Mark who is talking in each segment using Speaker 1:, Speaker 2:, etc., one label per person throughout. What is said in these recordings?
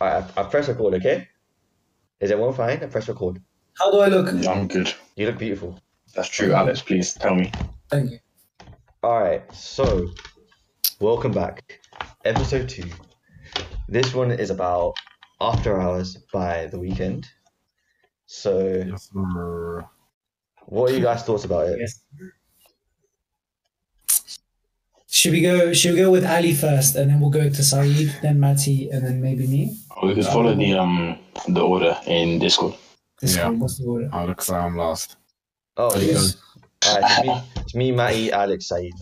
Speaker 1: I, I press record, okay? Is everyone fine? I press record.
Speaker 2: How do I look?
Speaker 3: I'm good.
Speaker 1: You look beautiful.
Speaker 3: That's true, Alex. Please tell me.
Speaker 2: Thank you.
Speaker 1: All right, so welcome back. Episode two. This one is about After Hours by The Weekend. So, what are you guys' thoughts about it?
Speaker 2: Yes. Should we go? Should we go with Ali first, and then we'll go to Saeed, then Matty, and then maybe me?
Speaker 3: Oh, We could follow the um the order in Discord.
Speaker 2: This
Speaker 4: Yeah.
Speaker 2: one, what's the order?
Speaker 4: Oh, looks like I'm last.
Speaker 1: Oh,
Speaker 4: There you
Speaker 1: yes. All right, it's me, it's me, Matty, Alex, Saeed.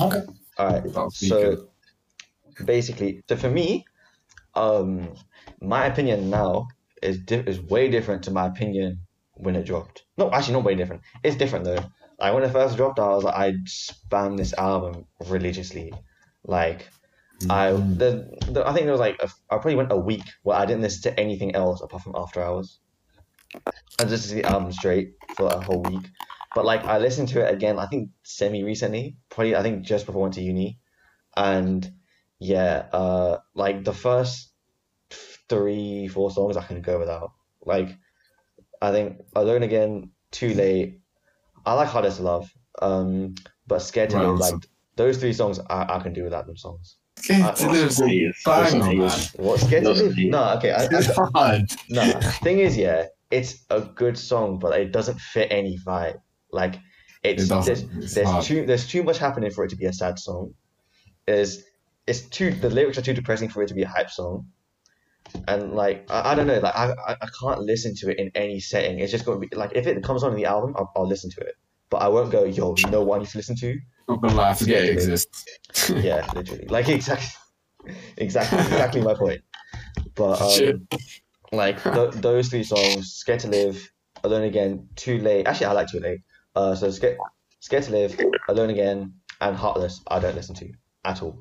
Speaker 2: Okay.
Speaker 1: All right,
Speaker 4: Without speaking.
Speaker 1: so basically, so for me, um, my opinion now is di- is way different to my opinion when it dropped. No, actually, not way different. It's different though. Like when it first dropped, I was like, I spam this album religiously. Like, I the, the, I think there was like a, I probably went a week where I didn't listen to anything else apart from After Hours. I just listened to the album straight for a whole week. But like I listened to it again, I think semi recently, probably I think just before I went to uni, and yeah, uh, like the first three four songs I can go without. Like I think Alone Again, Too Late. I like Hardest Love, um, but Scared to
Speaker 4: Right,
Speaker 1: Live.
Speaker 4: so-
Speaker 1: Like those three songs, I, I can do without them songs.
Speaker 4: Scared to live is a
Speaker 3: Yes,
Speaker 4: banger, man.
Speaker 3: yes.
Speaker 1: What scared to
Speaker 3: Those
Speaker 1: live?
Speaker 3: three.
Speaker 1: No, okay. I, I,
Speaker 4: It's hard.
Speaker 1: no, thing is, yeah, it's a good song, but it doesn't fit any vibe. Like, it's there's,
Speaker 4: It doesn't. It's
Speaker 1: there's
Speaker 4: hard.
Speaker 1: too there's too much happening for it to be a sad song. Is it's too the lyrics are too depressing for it to be a hype song, and like I, I don't know, like I, I I can't listen to it in any setting. It's just going to be like if it comes on the album, I'll, I'll listen to it, but I won't go, yo, you know what I need to listen to?
Speaker 4: Not gonna lie, I forget it exists.
Speaker 1: yeah, literally. Like exactly, exactly, exactly my point. But
Speaker 4: Shit.
Speaker 1: um, like th- those three songs, "Scared to Live," "Alone Again," "Too Late." Actually, I like "Too Late." Uh, so "Scared," "Scared to Live," "Alone Again," and "Heartless." I don't listen to at all.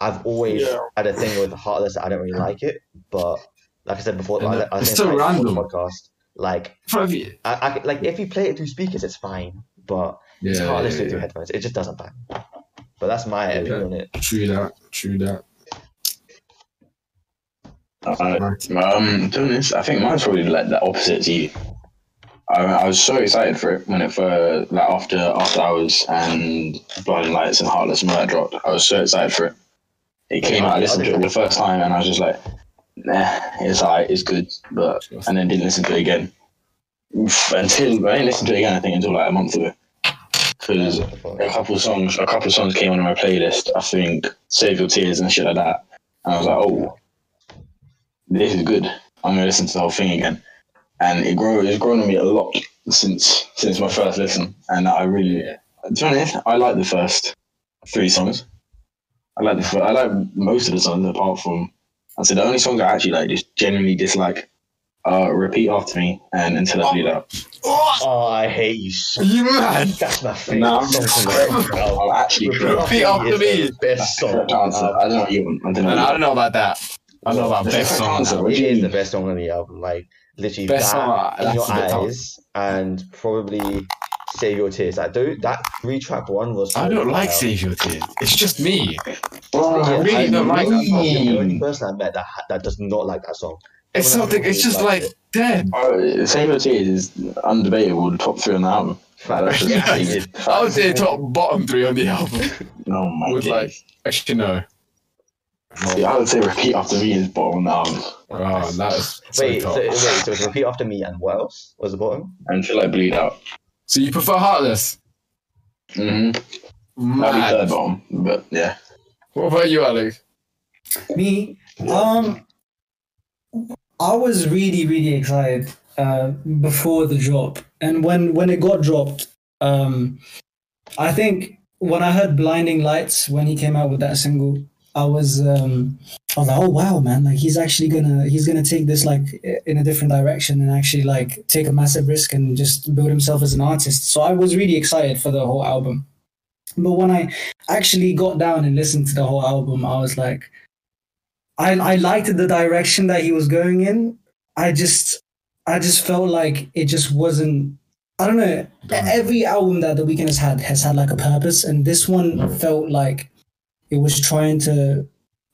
Speaker 1: I've always
Speaker 3: Yeah.
Speaker 1: had a thing with "Heartless." I don't really like it, but like I said before,
Speaker 4: And
Speaker 1: like, I
Speaker 4: it's
Speaker 1: think
Speaker 4: so
Speaker 1: I-
Speaker 4: random.
Speaker 1: podcast. Like,
Speaker 4: Bruv, yeah,
Speaker 1: I, I, like if you play it through speakers, it's fine, but it's
Speaker 4: yeah,
Speaker 1: heartless
Speaker 4: yeah,
Speaker 1: through
Speaker 4: yeah.
Speaker 1: headphones. It just doesn't bang. But that's my
Speaker 4: Yeah.
Speaker 1: opinion on it.
Speaker 4: True that. True that.
Speaker 3: Uh, um, to be honest, I think mine's probably like the opposite to you. I, I was so excited for it when it first, like after after hours and Blinding Lights and Heartless Murder dropped. I was so excited for it. It came out. I listened to it the first time and I was just like, nah, it's alright, it's good, but and then didn't listen to it again. Oof, Until I didn't listen to it again, I think until like a month ago, because a couple songs, a couple songs came on my playlist. I think "Save Your Tears" and shit like that. And I was like, oh, this is good. I'm gonna listen to the whole thing again. And it grow, it's grown on me a lot since since my first listen. And I really, to be honest, I like the first three songs. I like the fir- I like most of the songs apart from. I said the only songs I actually like just genuinely dislike. Uh, repeat after me and until I bleed out.
Speaker 1: Oh, I hate you so
Speaker 4: you mad?
Speaker 1: That's my favorite
Speaker 3: No, I'm
Speaker 1: song
Speaker 3: just-
Speaker 1: from the album.
Speaker 3: I'll actually correct
Speaker 4: Oh, Repeat after
Speaker 1: It's
Speaker 4: me.
Speaker 1: the Best song.
Speaker 3: correct answer. I don't know what you want. I don't know.
Speaker 4: And I
Speaker 3: what
Speaker 4: don't know about that. I don't know about best song.
Speaker 3: Answer.
Speaker 4: now.
Speaker 1: It is the best song on the album. Like literally,
Speaker 4: Best
Speaker 1: that,
Speaker 4: song, uh,
Speaker 1: in your
Speaker 4: that's a bit tough.
Speaker 1: eyes, and probably save your tears. Like tho- that three track one was. uh,
Speaker 4: I don't like
Speaker 1: Wow.
Speaker 4: Save Your Tears. It's just me.
Speaker 3: you want.
Speaker 4: I really
Speaker 1: I'm
Speaker 4: don't like that song.
Speaker 1: the
Speaker 3: Mm.
Speaker 1: only person I met that ha- that does not like that song.
Speaker 4: It's
Speaker 1: Everyone
Speaker 4: something.
Speaker 1: else
Speaker 4: It's just like
Speaker 1: likes it.
Speaker 4: dead.
Speaker 3: Oh, Save Your Tears is undebatable top three on the album.
Speaker 1: Fact.
Speaker 4: Yeah. I would say top bottom three on the album.
Speaker 3: No, Oh my
Speaker 4: Would
Speaker 3: days.
Speaker 4: like- Actually, no.
Speaker 3: Yeah, I would say repeat after me is bottom on the album.
Speaker 4: Oh, that is so
Speaker 1: Wait, so,
Speaker 4: top.
Speaker 1: wait, so it's repeat after me and what else was the bottom?
Speaker 3: And feel like bleed out.
Speaker 4: So you prefer Heartless? Mm-hmm.
Speaker 3: hmm That'd be
Speaker 4: Mad.
Speaker 3: third bottom, but yeah.
Speaker 4: What about you, Alex?
Speaker 2: Me? Um, I was really, really excited uh, before the drop, and when when it got dropped, um, I think when I heard "Blinding Lights" when he came out with that single, I was um, I was like, oh wow, man! Like he's actually gonna he's gonna take this like i- in a different direction and actually like take a massive risk and just build himself as an artist. So I was really excited for the whole album. But when I actually got down and listened to the whole album, I was like, I, I liked the direction that he was going in. I just I just felt like it just wasn't I don't know. E- Every album that The Weeknd has had has had like a purpose and this one felt like it was trying to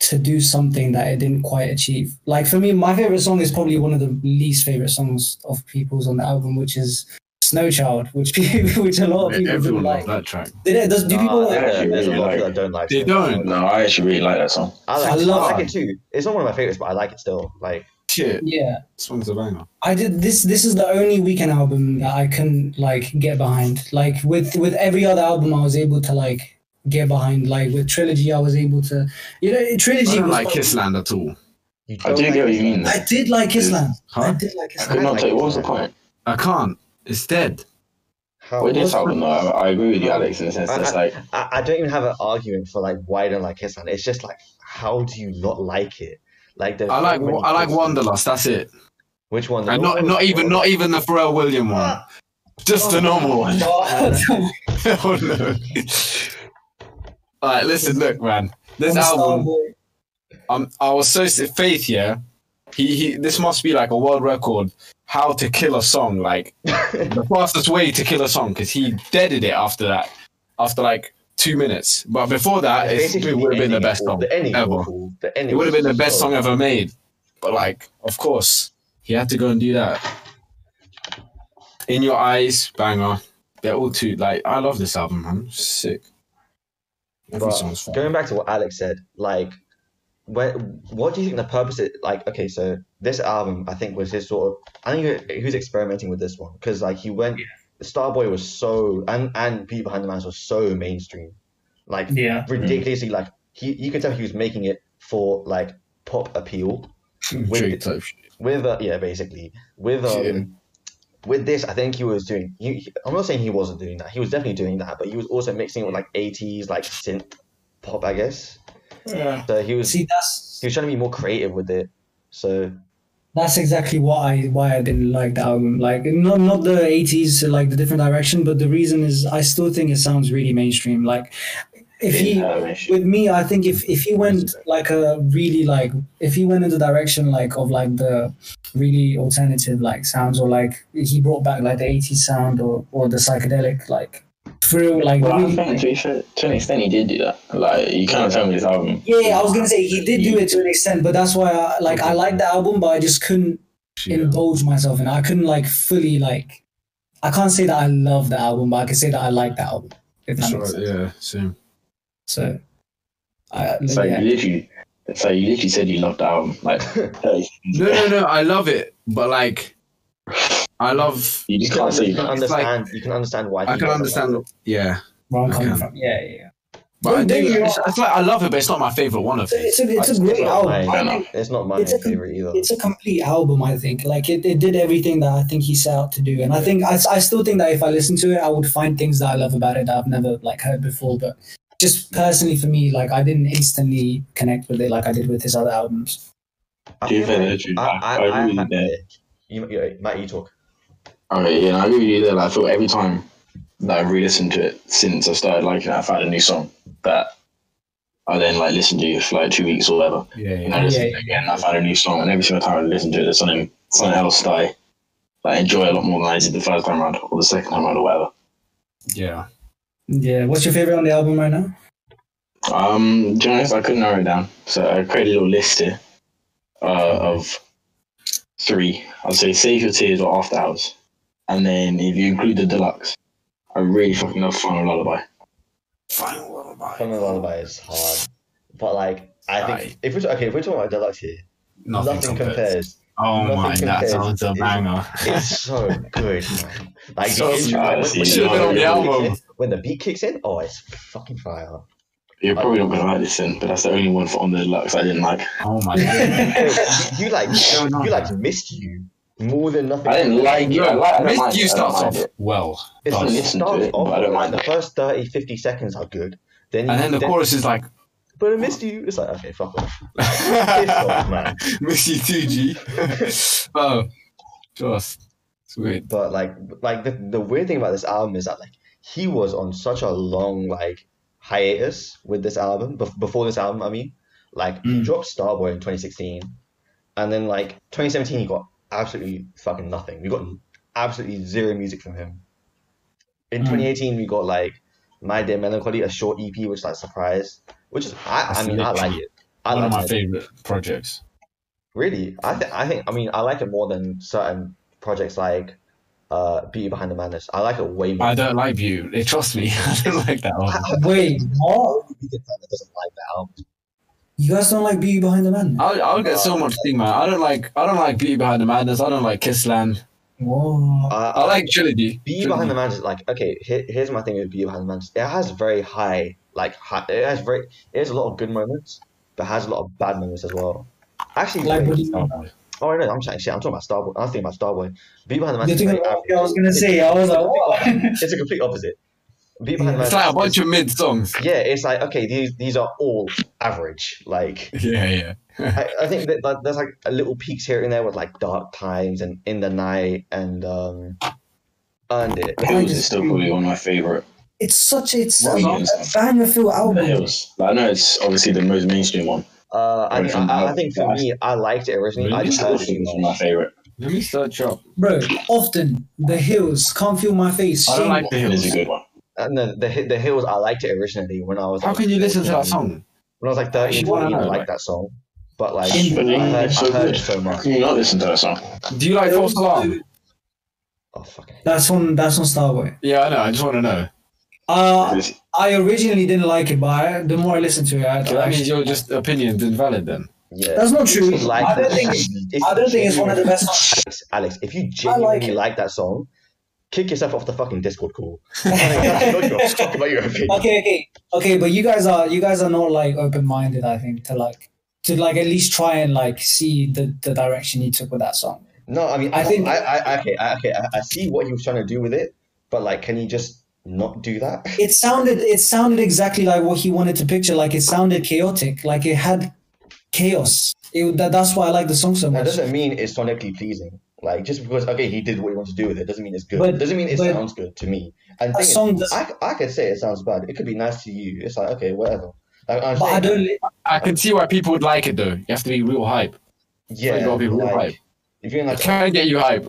Speaker 2: to do something that it didn't quite achieve. Like for me, my favorite song is probably one of the least favorite songs of people's on the album, which is Snow Child, which people, which a lot of people didn't
Speaker 4: Everyone
Speaker 2: like.
Speaker 4: loved that track.
Speaker 2: Did it, does, do
Speaker 1: Nah,
Speaker 2: people like
Speaker 3: yeah.
Speaker 2: that?
Speaker 1: there- there's a lot of
Speaker 3: Like-
Speaker 1: people that don't like
Speaker 4: They
Speaker 1: it.
Speaker 4: don't.
Speaker 3: No, I actually really like that song.
Speaker 1: I like,
Speaker 2: I
Speaker 1: it.
Speaker 2: love
Speaker 1: I like
Speaker 4: it.
Speaker 1: it too. It's not one of my favorites, but I like it still. Like
Speaker 4: Shit.
Speaker 2: Yeah,
Speaker 4: This one's a banger.
Speaker 2: I did this. This is the only weekend album that I couldn't like get behind. Like with with every other album, I was able to like get behind. Like with trilogy, I was able to. You know,
Speaker 4: I
Speaker 2: trilogy.
Speaker 4: don't
Speaker 2: was
Speaker 4: like Kissland at all.
Speaker 1: you
Speaker 3: I
Speaker 1: don't
Speaker 3: do
Speaker 1: like
Speaker 3: get what you
Speaker 1: it.
Speaker 3: mean.
Speaker 2: I did like Islam. I
Speaker 4: Huh?
Speaker 2: did like
Speaker 3: I
Speaker 2: Islam.
Speaker 3: could not take. What was the point?
Speaker 4: I can't. It's dead.
Speaker 1: How?
Speaker 3: With this album, though, I, I agree with you, Alex, in the sense that it's like
Speaker 1: I, I don't even have an argument for like why I don't like Kissland. It's just like how do you not like it? Like the
Speaker 4: I like I like Wanderlust. That's it.
Speaker 1: Which one? The
Speaker 4: And not
Speaker 1: normal
Speaker 4: not
Speaker 1: one?
Speaker 4: even not even the Pharrell William one. Just the normal one.
Speaker 2: Oh,
Speaker 4: oh no. All right, listen, look, man. This
Speaker 2: I'm
Speaker 4: album,
Speaker 2: Starboy.
Speaker 4: um, I was so Faith, yeah. He, he, this must be like a world record. How to kill a song, like the fastest way to kill a song, because he deaded it after that, after like two minutes. But before that, it's,
Speaker 1: Basically,
Speaker 4: it would have been the
Speaker 1: ending
Speaker 4: best
Speaker 1: was-
Speaker 4: song
Speaker 1: The ending was
Speaker 4: ever.
Speaker 1: cool. The ending
Speaker 4: It would have
Speaker 1: was
Speaker 4: been the best
Speaker 1: so-
Speaker 4: song ever made. But like, of course, he had to go and do that. In your eyes, banger. They're all too like. I love this album, man. Sick. Every
Speaker 1: But
Speaker 4: song's fun.
Speaker 1: going back to what Alex said, like, where, what do you think the purpose is? Like, okay, so this album, I think, was his sort of. I think he he was experimenting with this one because, like, he went. Starboy was so and and Peter Behind the Mask was so mainstream, like
Speaker 2: Yeah.
Speaker 1: ridiculously. Like he, you could tell he was making it for like pop appeal.
Speaker 4: Drake type shit.
Speaker 1: With uh, yeah, basically with um,
Speaker 4: Yeah.
Speaker 1: with this, I think he was doing. You, I'm not saying he wasn't doing that. He was definitely doing that, but he was also mixing it with like 80s like synth pop, I guess.
Speaker 4: Yeah.
Speaker 1: So he was
Speaker 2: See, that's
Speaker 1: he was trying to be more creative with it. So
Speaker 2: that's exactly what I why I didn't like the album. Like not not the eighties, like the different direction, but the reason is I still think it sounds really mainstream. Like if he
Speaker 3: Damn,
Speaker 2: with me, I think if if he went like a really like if he went in the direction like of like the really alternative like sounds or like he brought back like the 80s sound or or the psychedelic like through like
Speaker 3: Well, I
Speaker 2: really-
Speaker 3: think to, be fair, to an extent he did do that. Like you can't tell me this album.
Speaker 2: Yeah, I was gonna say he did do it to an extent, but that's why I like I liked the album, but I just couldn't indulge myself in it. I couldn't like fully like I can't say that I love the album, but I can say that I like the album. If that
Speaker 4: Sure,
Speaker 2: makes sense.
Speaker 4: yeah, same.
Speaker 2: So I
Speaker 3: It's like
Speaker 2: yeah.
Speaker 3: you literally, it's like you literally said you loved the album. Like hey,
Speaker 4: No, no, no. I love it, but like, I love.
Speaker 3: you just can't say
Speaker 1: you
Speaker 3: you
Speaker 1: can
Speaker 3: loved
Speaker 4: It's like-
Speaker 1: understand you can understand why.
Speaker 4: I
Speaker 1: he
Speaker 4: can
Speaker 1: does it.
Speaker 4: understand. Yeah,
Speaker 2: where I'm
Speaker 4: I
Speaker 2: coming
Speaker 4: can.
Speaker 2: from. Yeah, yeah, yeah.
Speaker 4: but I
Speaker 2: Don't- don't
Speaker 4: do.
Speaker 2: get me
Speaker 4: It's,
Speaker 2: wrong.
Speaker 4: it's like I love it, but it's not my favorite one of
Speaker 2: It's a,
Speaker 4: his.
Speaker 2: it's a, it's a great
Speaker 1: Not
Speaker 2: album.
Speaker 1: my-
Speaker 2: I think
Speaker 1: It's not my
Speaker 2: It's a-
Speaker 1: favorite either.
Speaker 2: it's a complete album i think like it, it did everything that i think he set out to do and i think I, I still think that if i listen to it i would find things that i love about it that i've never like heard before but just personally for me like i didn't instantly connect with it like i did with his other albums
Speaker 1: I
Speaker 3: Do you
Speaker 1: feel
Speaker 3: think
Speaker 1: like-
Speaker 3: that's true?
Speaker 1: I, I,
Speaker 3: I- I
Speaker 1: I,
Speaker 3: really
Speaker 1: had
Speaker 3: don't.
Speaker 1: it. You, you, Matt, you talk.
Speaker 3: Alright, yeah, I agree with you there. Like, I feel every time that I've re-listened to it since I started liking it, I found a new song that I then like listened to for like two weeks or whatever.
Speaker 4: Yeah,
Speaker 3: And I
Speaker 4: yeah.
Speaker 3: listened
Speaker 2: Yeah.
Speaker 3: to it again, I found a new song, and every single time I listen to it, there's something something else that I like, enjoy a lot more than I did the first time around or the second time around or whatever.
Speaker 4: yeah.
Speaker 2: yeah what's your favorite on the album right now
Speaker 3: Um, to be honest, I couldn't narrow it down, so I created a little list here uh, of three. I'd say Save Your Tears or After Hours, and then if you include the deluxe, I really fucking love Final Lullaby.
Speaker 4: Final lullaby.
Speaker 1: Coming lullaby is hard, but like I think
Speaker 4: Aye.
Speaker 1: if we're okay, if we're talking about deluxe here,
Speaker 4: Nothing, compares. Oh
Speaker 1: Nothing
Speaker 4: my,
Speaker 1: compares.
Speaker 4: that sounds a
Speaker 1: It-
Speaker 4: banger.
Speaker 1: It's so good, man. Like
Speaker 4: So
Speaker 1: the intro,
Speaker 3: nice.
Speaker 1: when-
Speaker 3: It
Speaker 1: when the-
Speaker 3: should've been on the
Speaker 1: when
Speaker 4: album.
Speaker 1: kicks in- When the beat kicks in, oh, it's fucking fire.
Speaker 3: You're probably not gonna like this then, but that's the only one for on the deluxe I didn't like.
Speaker 4: Oh my god.
Speaker 1: Hey, you, you like
Speaker 4: So nice.
Speaker 1: you like missed you more than nothing.
Speaker 3: I didn't like it. I like I don't mind
Speaker 4: Missed
Speaker 3: it,
Speaker 4: you
Speaker 3: I don't
Speaker 4: starts
Speaker 3: mind
Speaker 4: off
Speaker 3: it.
Speaker 4: well.
Speaker 1: It's
Speaker 4: Does.
Speaker 1: it
Speaker 3: Listen to
Speaker 1: starts
Speaker 3: it,
Speaker 1: off
Speaker 3: but I don't
Speaker 1: like
Speaker 3: mind
Speaker 1: the
Speaker 3: it.
Speaker 1: first 30, 50 seconds are good. Then
Speaker 4: And then the chorus is like,
Speaker 1: But I missed you. It's like okay, fuck off. Piss off, man.
Speaker 4: Miss you too, G. oh, just. It's weird.
Speaker 1: But like like the, the weird thing about this album is that like he was on such a long like hiatus with this album bef- before this album. I mean, like he
Speaker 4: Mm.
Speaker 1: dropped Starboy in 2016, and then like 2017 he got absolutely fucking nothing. We got absolutely zero music from him. In
Speaker 2: Mm.
Speaker 1: 2018 we E got like My Dear Melancholy, a short EP which like surprised, which is I, I
Speaker 4: That's
Speaker 1: mean I like
Speaker 4: literally-
Speaker 1: it. I
Speaker 4: One of
Speaker 1: like
Speaker 4: my
Speaker 1: it.
Speaker 4: favorite projects.
Speaker 1: Really, I think I think I mean I like it more than certain projects like uh Beauty Behind the Madness. I like it way more.
Speaker 4: I don't like you. They trust me. I don't like that one.
Speaker 2: Wait, what?
Speaker 1: Be the fan that doesn't like that album.
Speaker 2: You guys don't like Beauty Behind the Man?
Speaker 4: I'll, I'll get so much stigma. I don't like. I don't like Beauty Behind the Madness. I don't like Kissland.
Speaker 2: Whoa.
Speaker 1: Uh,
Speaker 4: I like Trilogy.
Speaker 1: Be
Speaker 4: Trilogy.
Speaker 1: behind the madness, like okay, here, here's my thing with Be behind the madness. It has very high, like high, it has very, it has a lot of good moments, but has a lot of bad moments as well. Actually,
Speaker 2: Like,
Speaker 1: wait,
Speaker 2: what do you-
Speaker 1: oh no, I'm saying shit. I'm talking about Starboy. I'm thinking about Starboy. Be behind the
Speaker 2: You're
Speaker 1: madness.
Speaker 2: thinking
Speaker 1: is very
Speaker 2: about
Speaker 1: average.
Speaker 2: yeah, I was gonna say, I was like, what?
Speaker 1: It's a complete opposite. Be behind the
Speaker 4: It's
Speaker 1: madness.
Speaker 4: like a bunch of mid songs.
Speaker 1: yeah, it's like okay, these these are all average. Like
Speaker 4: Yeah, yeah.
Speaker 1: I, I think that, that there's like a little peaks here and there with like Dark Times and In the Night and um, Earned It.
Speaker 3: The Hills is still probably one of my favorite.
Speaker 2: It's such it's
Speaker 3: What
Speaker 2: a
Speaker 3: songs?
Speaker 2: banger feel
Speaker 3: The
Speaker 2: album.
Speaker 3: Hills. Like, I know it's obviously the most mainstream one.
Speaker 1: Uh, I, mean,
Speaker 3: Version
Speaker 1: I, I- I
Speaker 3: of
Speaker 1: think for
Speaker 3: that.
Speaker 1: me, I liked it originally. I
Speaker 4: Really?
Speaker 1: just
Speaker 3: Still
Speaker 1: heard
Speaker 3: think
Speaker 1: it.
Speaker 3: it's one of my favorite.
Speaker 4: Let me search up.
Speaker 2: Bro, often the hills can't feel my face.
Speaker 4: I don't
Speaker 2: Shame.
Speaker 4: like the
Speaker 3: It
Speaker 4: hills.
Speaker 3: is a good one.
Speaker 1: And the, uh, the Hi- the hills, I liked it originally when I was.
Speaker 4: How
Speaker 1: like,
Speaker 4: can you listen to that
Speaker 1: 14.
Speaker 4: song?
Speaker 1: When I was like 13,
Speaker 4: Actually, no, no,
Speaker 1: 14, I
Speaker 4: no,
Speaker 1: liked
Speaker 4: like-
Speaker 1: that song, but like
Speaker 2: In-
Speaker 1: I
Speaker 3: But
Speaker 1: heard,
Speaker 3: it's so
Speaker 1: I heard it
Speaker 3: good.
Speaker 1: so
Speaker 3: How
Speaker 1: much.
Speaker 3: can you not listen to that song?
Speaker 4: Do you like False Alarm?
Speaker 1: Oh fucking. hell.
Speaker 2: That's on that's on Starboy.
Speaker 4: Yeah, I know. I just want to know.
Speaker 2: Uh,
Speaker 3: It's-
Speaker 2: I originally didn't like it, but I, the more I listen to it, I,
Speaker 4: So that means
Speaker 2: actually-
Speaker 4: your just opinion's invalid then.
Speaker 1: Yeah.
Speaker 2: that's not true.
Speaker 1: Like
Speaker 2: I don't
Speaker 1: that.
Speaker 2: think it's,
Speaker 1: If
Speaker 2: I
Speaker 1: you
Speaker 2: don't think it's one of the
Speaker 1: genuinely-
Speaker 2: best. songs.
Speaker 1: Alex, Alex, if you
Speaker 2: I
Speaker 1: genuinely
Speaker 2: like
Speaker 1: like,
Speaker 2: it.
Speaker 1: that song, kick yourself off the fucking Discord call. Talk about your opinion.
Speaker 2: okay, okay, okay. But you guys are you guys are not like open minded. I think to like to like at least try and like see the the direction he took with that song.
Speaker 1: No, I mean,
Speaker 2: I
Speaker 1: I think
Speaker 2: think-
Speaker 1: I, I, I okay, I, okay, I, I see what he was trying to do with it, but like, can you just not do that?
Speaker 2: It sounded it sounded exactly like what he wanted to picture. Like it sounded chaotic. Like it had chaos. It, that, that's why I like the song so
Speaker 1: That
Speaker 2: much.
Speaker 1: doesn't mean it's sonically pleasing. Like just because okay, he did what he wanted to do with it doesn't mean it's good.
Speaker 2: But-
Speaker 1: doesn't mean it
Speaker 2: but-
Speaker 1: sounds good to me. And
Speaker 2: That
Speaker 1: thing is,
Speaker 2: song does.
Speaker 1: I I could say it sounds bad. It could be nice to you. It's like okay, whatever. Like, I'm
Speaker 2: But I
Speaker 1: saying,
Speaker 2: don't.
Speaker 4: I can see why people would like it though. You have to be real hype.
Speaker 1: Yeah,
Speaker 4: Like, a lot of people
Speaker 1: like,
Speaker 4: hype.
Speaker 1: if you're in
Speaker 4: I
Speaker 1: like,
Speaker 4: try and get you hype.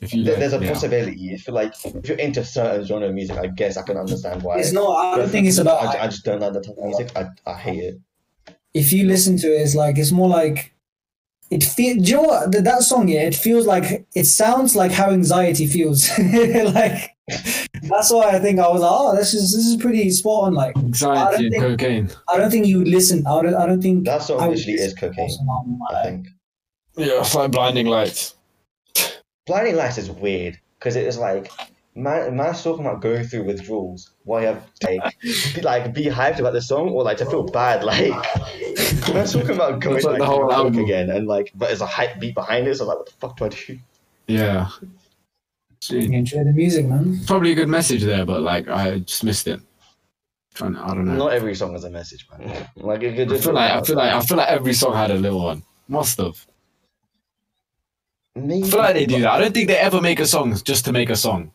Speaker 4: if you
Speaker 1: there-
Speaker 4: like,
Speaker 1: there's a
Speaker 4: yeah.
Speaker 1: possibility. If you're like, if you're into certain genre of music, I guess I can understand why.
Speaker 2: It's not. I don't think it's about.
Speaker 1: I, I just don't like that type of music. I, I hate it.
Speaker 2: if you listen to it, it's like it's more like it feels. Do you know what Th- that song? Yeah, it feels like it sounds like how anxiety feels. like that's why I think I was like, oh, this is this is pretty spot on. Like I don't
Speaker 4: anxiety and
Speaker 2: think-
Speaker 4: cocaine.
Speaker 2: I don't think you would listen. I don't. I don't think.
Speaker 1: That song
Speaker 2: I would
Speaker 1: literally is
Speaker 2: listen to
Speaker 1: cocaine.
Speaker 2: Awesome Album,
Speaker 1: I
Speaker 2: like-
Speaker 1: think
Speaker 4: Yeah, it's like blinding lights.
Speaker 1: Blinding Lights is weird because it is like. Man, man's talking about going through withdrawals while you have like be, like be hyped about the song or like to feel bad like man's talking about going
Speaker 4: That's
Speaker 1: like,
Speaker 4: like the whole
Speaker 1: through coke
Speaker 4: album.
Speaker 1: again and like but there's a hype beat behind it so I'm like what the fuck do I do
Speaker 4: Yeah.
Speaker 2: You
Speaker 4: Gee,
Speaker 2: enjoy the music, man.
Speaker 4: Probably a good message there, but like I just missed it. Trying to, I don't know.
Speaker 1: not every song has a message man like it could
Speaker 4: Mm. I
Speaker 1: just
Speaker 4: feel like I feel like I feel like every song had a little one. Must have. I
Speaker 1: maybe
Speaker 4: feel like they do that. I don't think they ever make a song just to make a song,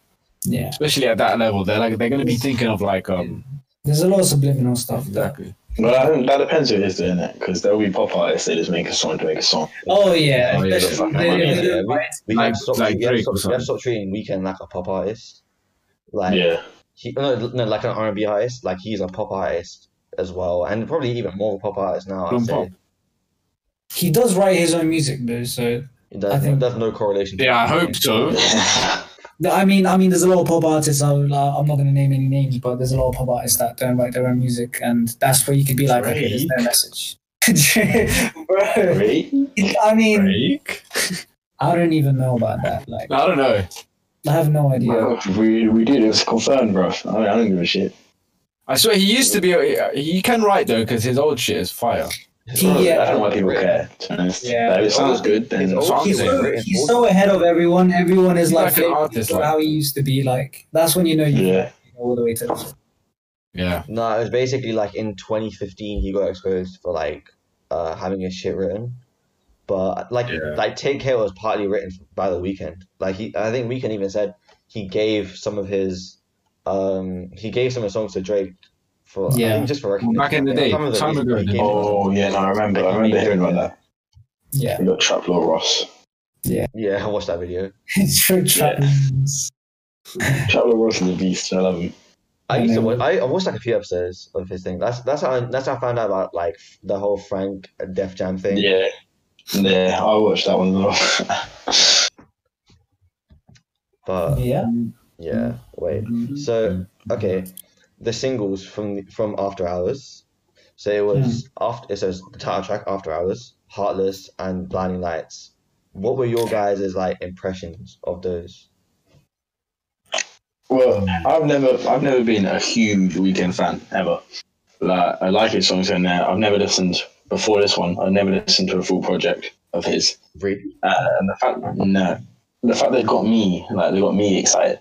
Speaker 2: Yeah,
Speaker 4: especially at that level. They're like they're gonna be thinking of like um
Speaker 2: there's a lot of subliminal stuff. That,
Speaker 4: exactly.
Speaker 3: But I think that depends who it is doing it, because there'll be pop artists that just make a song to make a song.
Speaker 2: oh yeah,
Speaker 4: Oh, yeah,
Speaker 2: especially-
Speaker 3: yeah.
Speaker 2: they- they- they-
Speaker 1: Yeah, we
Speaker 4: Like-
Speaker 1: have stopped,
Speaker 4: like
Speaker 1: we have
Speaker 4: Drake or
Speaker 1: stopped, we have
Speaker 4: something.
Speaker 1: stopped treating Weekend like a pop artist like
Speaker 3: Yeah.
Speaker 1: he no, no like an R and B artist. Like he's a pop artist as well, and probably even more of a pop artist now. I'd
Speaker 4: Gone
Speaker 1: say
Speaker 4: pop.
Speaker 2: he does write his own music, though. So
Speaker 1: There's,
Speaker 2: I think-
Speaker 1: there's no correlation.
Speaker 4: Yeah, I hope so.
Speaker 2: Th- I mean, I mean, there's a lot of pop artists. I, would- uh, I'm not going to name any names, but there's a lot of pop artists that don't write their own music, and that's where you could be like, okay, there's no message. Bro,
Speaker 3: Really?
Speaker 2: I mean,
Speaker 4: Drake?
Speaker 2: I don't even know about that. Like,
Speaker 4: I don't know.
Speaker 2: I have no idea.
Speaker 3: Yeah. We, we did. It was confirmed, bro. I, mean, I don't give a shit.
Speaker 4: I swear he used to be. He can write though because his old shit is fire.
Speaker 2: He, uh,
Speaker 3: I
Speaker 2: yeah,
Speaker 3: don't know why people care, to be honest.
Speaker 2: Yeah.
Speaker 3: Like, if it sounds good,
Speaker 1: It's
Speaker 3: then
Speaker 1: all-
Speaker 4: songs
Speaker 1: he's
Speaker 4: are
Speaker 1: so-
Speaker 4: written
Speaker 1: he's
Speaker 2: he's
Speaker 1: so-
Speaker 2: so ahead of everyone. Everyone is
Speaker 4: He's
Speaker 2: like,
Speaker 4: like an
Speaker 2: fake
Speaker 4: artist, like-
Speaker 2: how he used to be. Like, that's when you know you
Speaker 3: yeah.
Speaker 2: all the way to. The
Speaker 4: Yeah.
Speaker 1: No, it was basically like in 2015 he got exposed for like uh, having his shit written, but like
Speaker 4: Yeah.
Speaker 1: like Take Care was partly written by the Weekend. Like he, I think Weekend even said he gave some of his um he gave some of his songs to Drake for I
Speaker 2: Yeah.
Speaker 1: think just for recognition.
Speaker 4: Back in the
Speaker 1: I think
Speaker 4: day,
Speaker 1: some of the
Speaker 4: time
Speaker 1: reasons
Speaker 4: ago,
Speaker 1: he
Speaker 4: didn't
Speaker 1: gave
Speaker 4: it?
Speaker 1: it-
Speaker 3: Oh, yeah, no, I remember. I remember hearing about that.
Speaker 2: yeah,
Speaker 3: We got Trap Law Ross.
Speaker 1: Yeah, I watched that video.
Speaker 2: it's true. Trap.
Speaker 3: Trap Law Ross is a beast. I love him.
Speaker 1: I used to watch. I, I watched like a few episodes of his thing. That's that's how I, that's how I found out about like the whole Frank and Def Jam thing.
Speaker 3: Yeah. Yeah, I watched that one as well.
Speaker 1: But
Speaker 2: Oh, Yeah.
Speaker 1: yeah, wait. So okay, the singles from from After Hours. So it was after. It says the title track After Hours, Heartless, and Blinding Lights. What were your guys' like impressions of those?
Speaker 3: Well, I've never, I've never been a huge Weekend fan ever. Like, I like his songs here and there. I've never listened before this one. I've never listened to a full project of his.
Speaker 1: Really?
Speaker 3: Uh, and the fact, no, the fact they got me, like they got me excited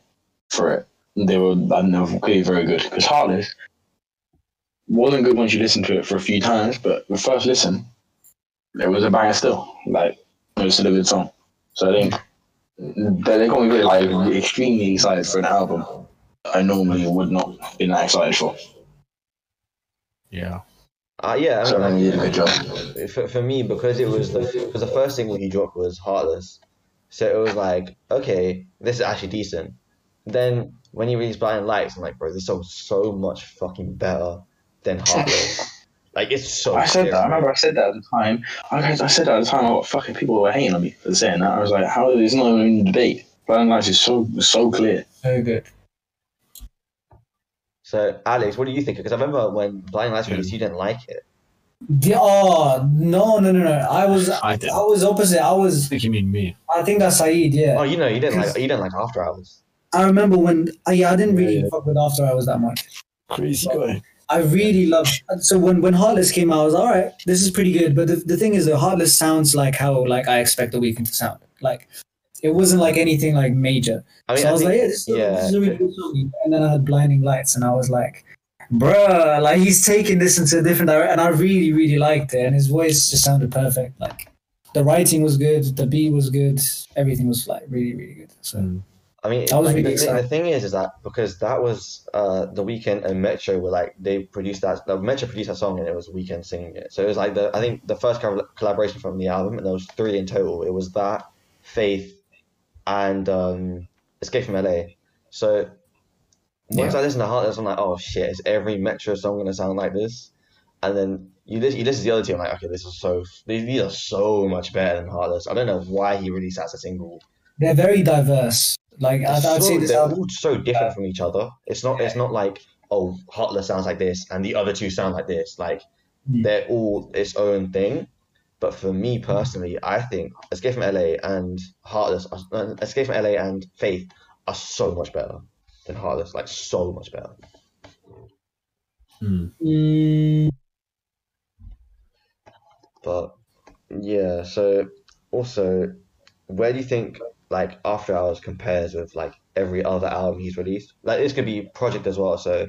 Speaker 3: for it. They were, I know, clearly very good because Heartless wasn't good once you listened to it for a few times, but the first listen, it was a banger still. Like, it was still a good song. So I think they, they got me really, like extremely excited for an album. I normally would not be that excited for.
Speaker 4: Yeah.
Speaker 1: Uh, yeah. I
Speaker 3: So
Speaker 1: mean,
Speaker 3: I
Speaker 1: like,
Speaker 3: think you did a good job.
Speaker 1: for, for me because it was the because the first single he dropped was Heartless, so it was like okay, this is actually decent. Then when he released Blind Lights, I'm like, bro, this song's so much fucking better than Heartless. like it's so.
Speaker 3: I said that. I
Speaker 1: different.
Speaker 3: remember I said that at the time. I, guys, I said that at the time. What fucking people were hating on me for saying that. I was like, how is not even a debate? Blind Lights is so so clear.
Speaker 2: So good.
Speaker 1: So Alex, what do you think? Because I remember when Blind Lights
Speaker 4: Yeah.
Speaker 1: released, you didn't like it.
Speaker 2: Yeah, oh no no no no! I was I,
Speaker 4: I did. I
Speaker 2: was opposite. I was
Speaker 4: think you mean me.
Speaker 2: I think that's Saeed.
Speaker 1: Oh,
Speaker 2: Yeah,
Speaker 1: you know, you didn't like
Speaker 2: Cause-
Speaker 1: you didn't like After Hours.
Speaker 2: I remember when I yeah, I didn't
Speaker 4: Yeah,
Speaker 2: really
Speaker 4: yeah.
Speaker 2: fuck with After Hours that much.
Speaker 4: Crazy guy.
Speaker 2: I really loved. So when when Heartless came out, I was all right. This is pretty good. But the, the thing is, the Heartless sounds like how like I expect the weekend to sound. Like it wasn't like anything like major.
Speaker 1: I mean,
Speaker 2: so I,
Speaker 1: I
Speaker 2: was
Speaker 1: think,
Speaker 2: like, yeah, this, is-
Speaker 1: yeah,
Speaker 2: this is a really good song. And then I had Blinding Lights, and I was like, bruh, like he's taking this into a different direction. And I really really liked it, and his voice just sounded perfect. Like the writing was good, the beat was good, everything was like really really good. So
Speaker 1: Mm. I mean,
Speaker 2: I was
Speaker 1: like, the,
Speaker 2: really
Speaker 1: thing, the
Speaker 2: excited.
Speaker 1: thing is, is that because that was uh, the weekend and Metro were like they produced that. The Metro produced that song and it was weekend singing it. So it was like the I think the first col- collaboration from the album, and there was three in total. It was that Faith and um, Escape from LA. So once I listened to Heartless, I'm like, oh shit, is every Metro song gonna sound like this? And then you listen, you listen to the other two, I'm like, okay, this is so these, these are so much better than Heartless. I don't know why he released that as a single
Speaker 2: they're very diverse. Like I'd,
Speaker 1: so,
Speaker 2: I'd say this
Speaker 1: they're
Speaker 2: album. uh,
Speaker 1: all so different from each other. It's not. It's not like oh, Heartless sounds like this, and the other two sound like this. Like
Speaker 2: Mm.
Speaker 1: they're all its own thing. But for me
Speaker 2: Hmm.
Speaker 1: personally, I think Escape from LA and Heartless, are- uh, Escape from LA and Faith are so much better than Heartless. Like so much better.
Speaker 2: Mm,
Speaker 1: But yeah, so also, where do you think like After Hours compares with like every other album he's released? Like this could be project as well. So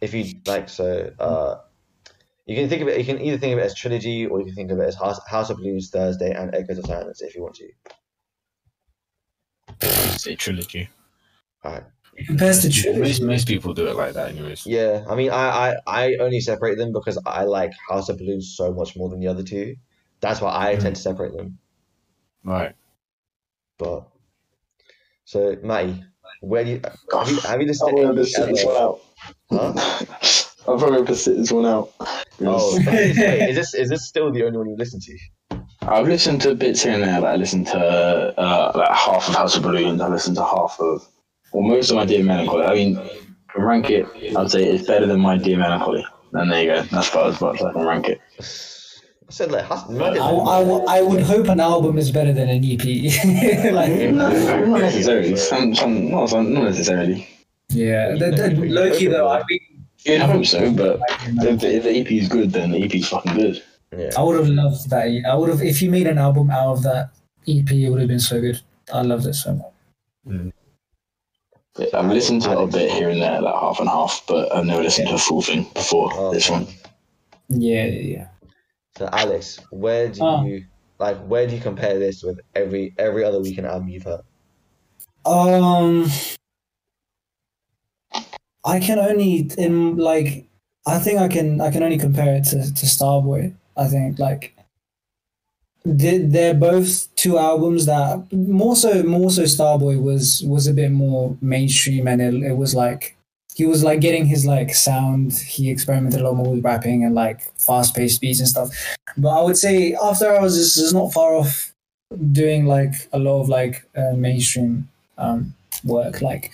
Speaker 1: if you like, so uh, you can think of it. You can either think of it as trilogy, or you can think of it as House, House of Blues, Thursday, and Echoes of Silence if you want to.
Speaker 4: Say trilogy.
Speaker 2: compares to Trilogy.
Speaker 4: Most, most people do it like that, anyways.
Speaker 1: Yeah, I mean, I, I I only separate them because I like House of Blues so much more than the other two. That's why I
Speaker 4: Mm.
Speaker 1: tend to separate them.
Speaker 4: Right.
Speaker 1: But so Matty, where do you have
Speaker 3: God,
Speaker 1: you, have you
Speaker 3: I'm
Speaker 1: listened to
Speaker 3: gonna have to
Speaker 1: any
Speaker 3: sit this
Speaker 1: other-
Speaker 3: one
Speaker 1: Huh?
Speaker 3: out. I'm probably gonna sit this one out.
Speaker 1: Oh,
Speaker 3: Yes.
Speaker 1: wait, is this is this still the only one you listen to?
Speaker 3: I've listened to bits here and there. Like I listened to uh, like half of House of Balloons. I listened to half of, well, most of my Dear Melancholy. I mean, to rank it, I'd say it's better than my Dear Melancholy. And there you go. That's about as much as I can rank it.
Speaker 1: I said like has, no,
Speaker 2: I, I, I would hope an album is better than an EP. like,
Speaker 3: No, not necessarily. Some, some, not, some, not necessarily.
Speaker 2: yeah, the, the, low key though, I really
Speaker 3: You'd hope so, but
Speaker 2: like it,
Speaker 3: if
Speaker 2: man.
Speaker 3: the, if the EP is good, then the EP is fucking good.
Speaker 1: yeah.
Speaker 2: I would have loved that. E I would have if you made an album out of that EP, it would have been so good. I loved it so much.
Speaker 3: I've listened to it a bit here and there, like half and half, but I've never listened to a full thing before
Speaker 1: Oh,
Speaker 3: this one.
Speaker 2: Yeah, yeah.
Speaker 1: So Alex, where do
Speaker 2: Ah.
Speaker 1: you like where do you compare this with every every other weekend album you've heard?
Speaker 2: yeah. Um, I can only in like I think I can I can only compare it to to Starboy. I think like they- they're both two albums that more so more so Starboy was was a bit more mainstream and it, it was like he was like getting his like sound. He experimented a lot more with rapping and like fast paced beats and stuff. But I would say After Hours is, is not far off doing like a lot of like uh, mainstream um, work. Like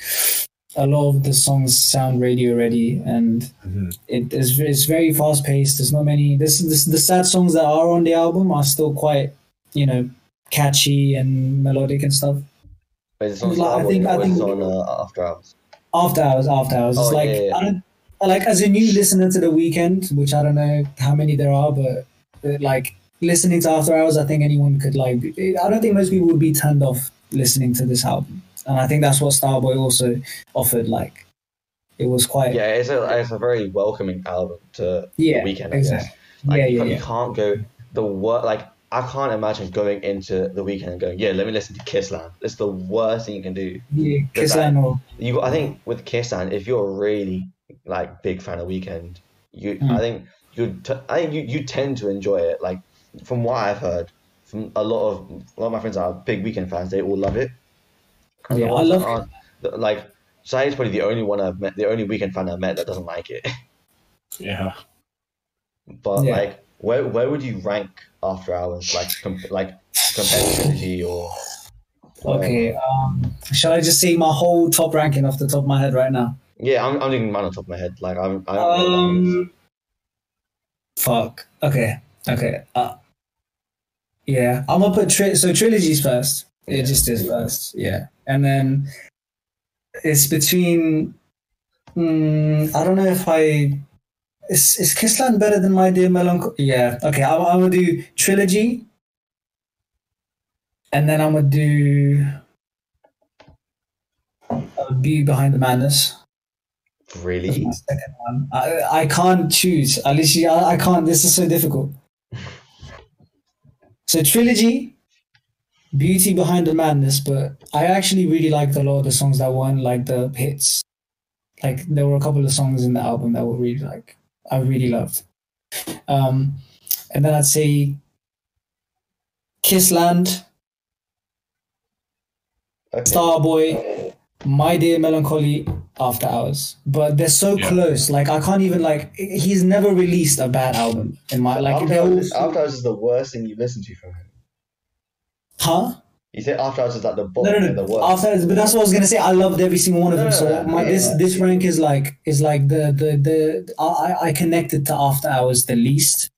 Speaker 2: a lot of the songs sound radio ready and
Speaker 4: Mhm.
Speaker 2: it is it's very fast paced. There's not many. This, this the sad songs that are on the album are still quite you know catchy and melodic and stuff.
Speaker 1: Wait, it's on
Speaker 2: Like, I
Speaker 1: Starboy,
Speaker 2: think- I
Speaker 1: or it's
Speaker 2: think-
Speaker 1: on uh, After Hours.
Speaker 2: After hours, after hours.
Speaker 1: Oh,
Speaker 2: it's
Speaker 1: yeah,
Speaker 2: like
Speaker 1: yeah, yeah.
Speaker 2: I don't I like as a new listener to the weekend, which I don't know how many there are, but uh, like listening to After Hours, I think anyone could like. I don't think most people would be turned off listening to this album, and I think that's what Starboy also offered. Like, it was quite
Speaker 1: Yeah, it's a it's a very welcoming album to
Speaker 2: yeah,
Speaker 1: the weekend. I guess.
Speaker 2: exactly.
Speaker 1: Like,
Speaker 2: yeah,
Speaker 1: you,
Speaker 2: yeah,
Speaker 1: can't- you
Speaker 2: yeah.
Speaker 1: can't go the worst. Like I can't imagine going into the weekend and going, yeah, let me listen to Kissland. It's the worst thing you can do.
Speaker 2: yeah.
Speaker 1: There's
Speaker 2: Kiss
Speaker 1: that-
Speaker 2: Land or
Speaker 1: You, I
Speaker 2: Mm.
Speaker 1: think with Kissland, if you're a really like big fan of Weekend, you,
Speaker 2: Mm.
Speaker 1: I think you, t- I think you, you tend to enjoy it. Like from what I've heard, from a lot of a lot of my friends that are big Weekend fans. They all love it. And the
Speaker 2: Oh, Yeah, I
Speaker 1: ones that
Speaker 2: love it.
Speaker 1: aren't- that- Like Shai's probably the only one I've met, the only Weekend fan I have met that doesn't like it.
Speaker 4: Yeah.
Speaker 1: But
Speaker 2: Yeah.
Speaker 1: like, where where would you rank After Hours? Like com- like compared to Trilogy or um,
Speaker 2: okay. Um, shall I just say my whole top ranking off the top of my head right now?
Speaker 1: yeah, I'm I'm doing mine on top of my head. Like I'm. I don't know what that is.
Speaker 2: Um, fuck. Okay. Okay. Uh, yeah, I'm gonna put tri- so trilogies first. It
Speaker 1: Yeah.
Speaker 2: just is first. Yeah, and then it's between. Mm, I don't know if I. Is is Kissland better than My Dear Melancholy? Yeah. Okay. I'm, I'm gonna do trilogy. And then I'm gonna do. Uh, Be behind the madness. That's
Speaker 1: really.
Speaker 2: my second one. I, I can't choose. I literally, I, I can't. This is so difficult. So trilogy, beauty behind the madness. But I actually really liked a lot of the songs that won, like the hits. Like there were a couple of songs in the album that were really like I really loved. Um, and then I'd say Kissland,
Speaker 1: Okay.
Speaker 2: Starboy, My Dear Melancholy, After Hours. But they're so
Speaker 4: Yeah.
Speaker 2: close. Like I can't even like. He's never released a bad album in my like.
Speaker 1: after,
Speaker 2: They're
Speaker 1: hours,
Speaker 2: all,
Speaker 1: after hours is the worst thing you listen to from him.
Speaker 2: huh?
Speaker 1: You said after hours is like the bottom
Speaker 2: No, no,
Speaker 1: and the
Speaker 2: no.
Speaker 1: worst.
Speaker 2: After Hours, but that's what I was gonna say. I loved every single one of
Speaker 1: No,
Speaker 2: them.
Speaker 1: no,
Speaker 2: So
Speaker 1: no,
Speaker 2: my
Speaker 1: no,
Speaker 2: this
Speaker 1: no.
Speaker 2: this rank is like is like the the the I I I connected to After Hours the least.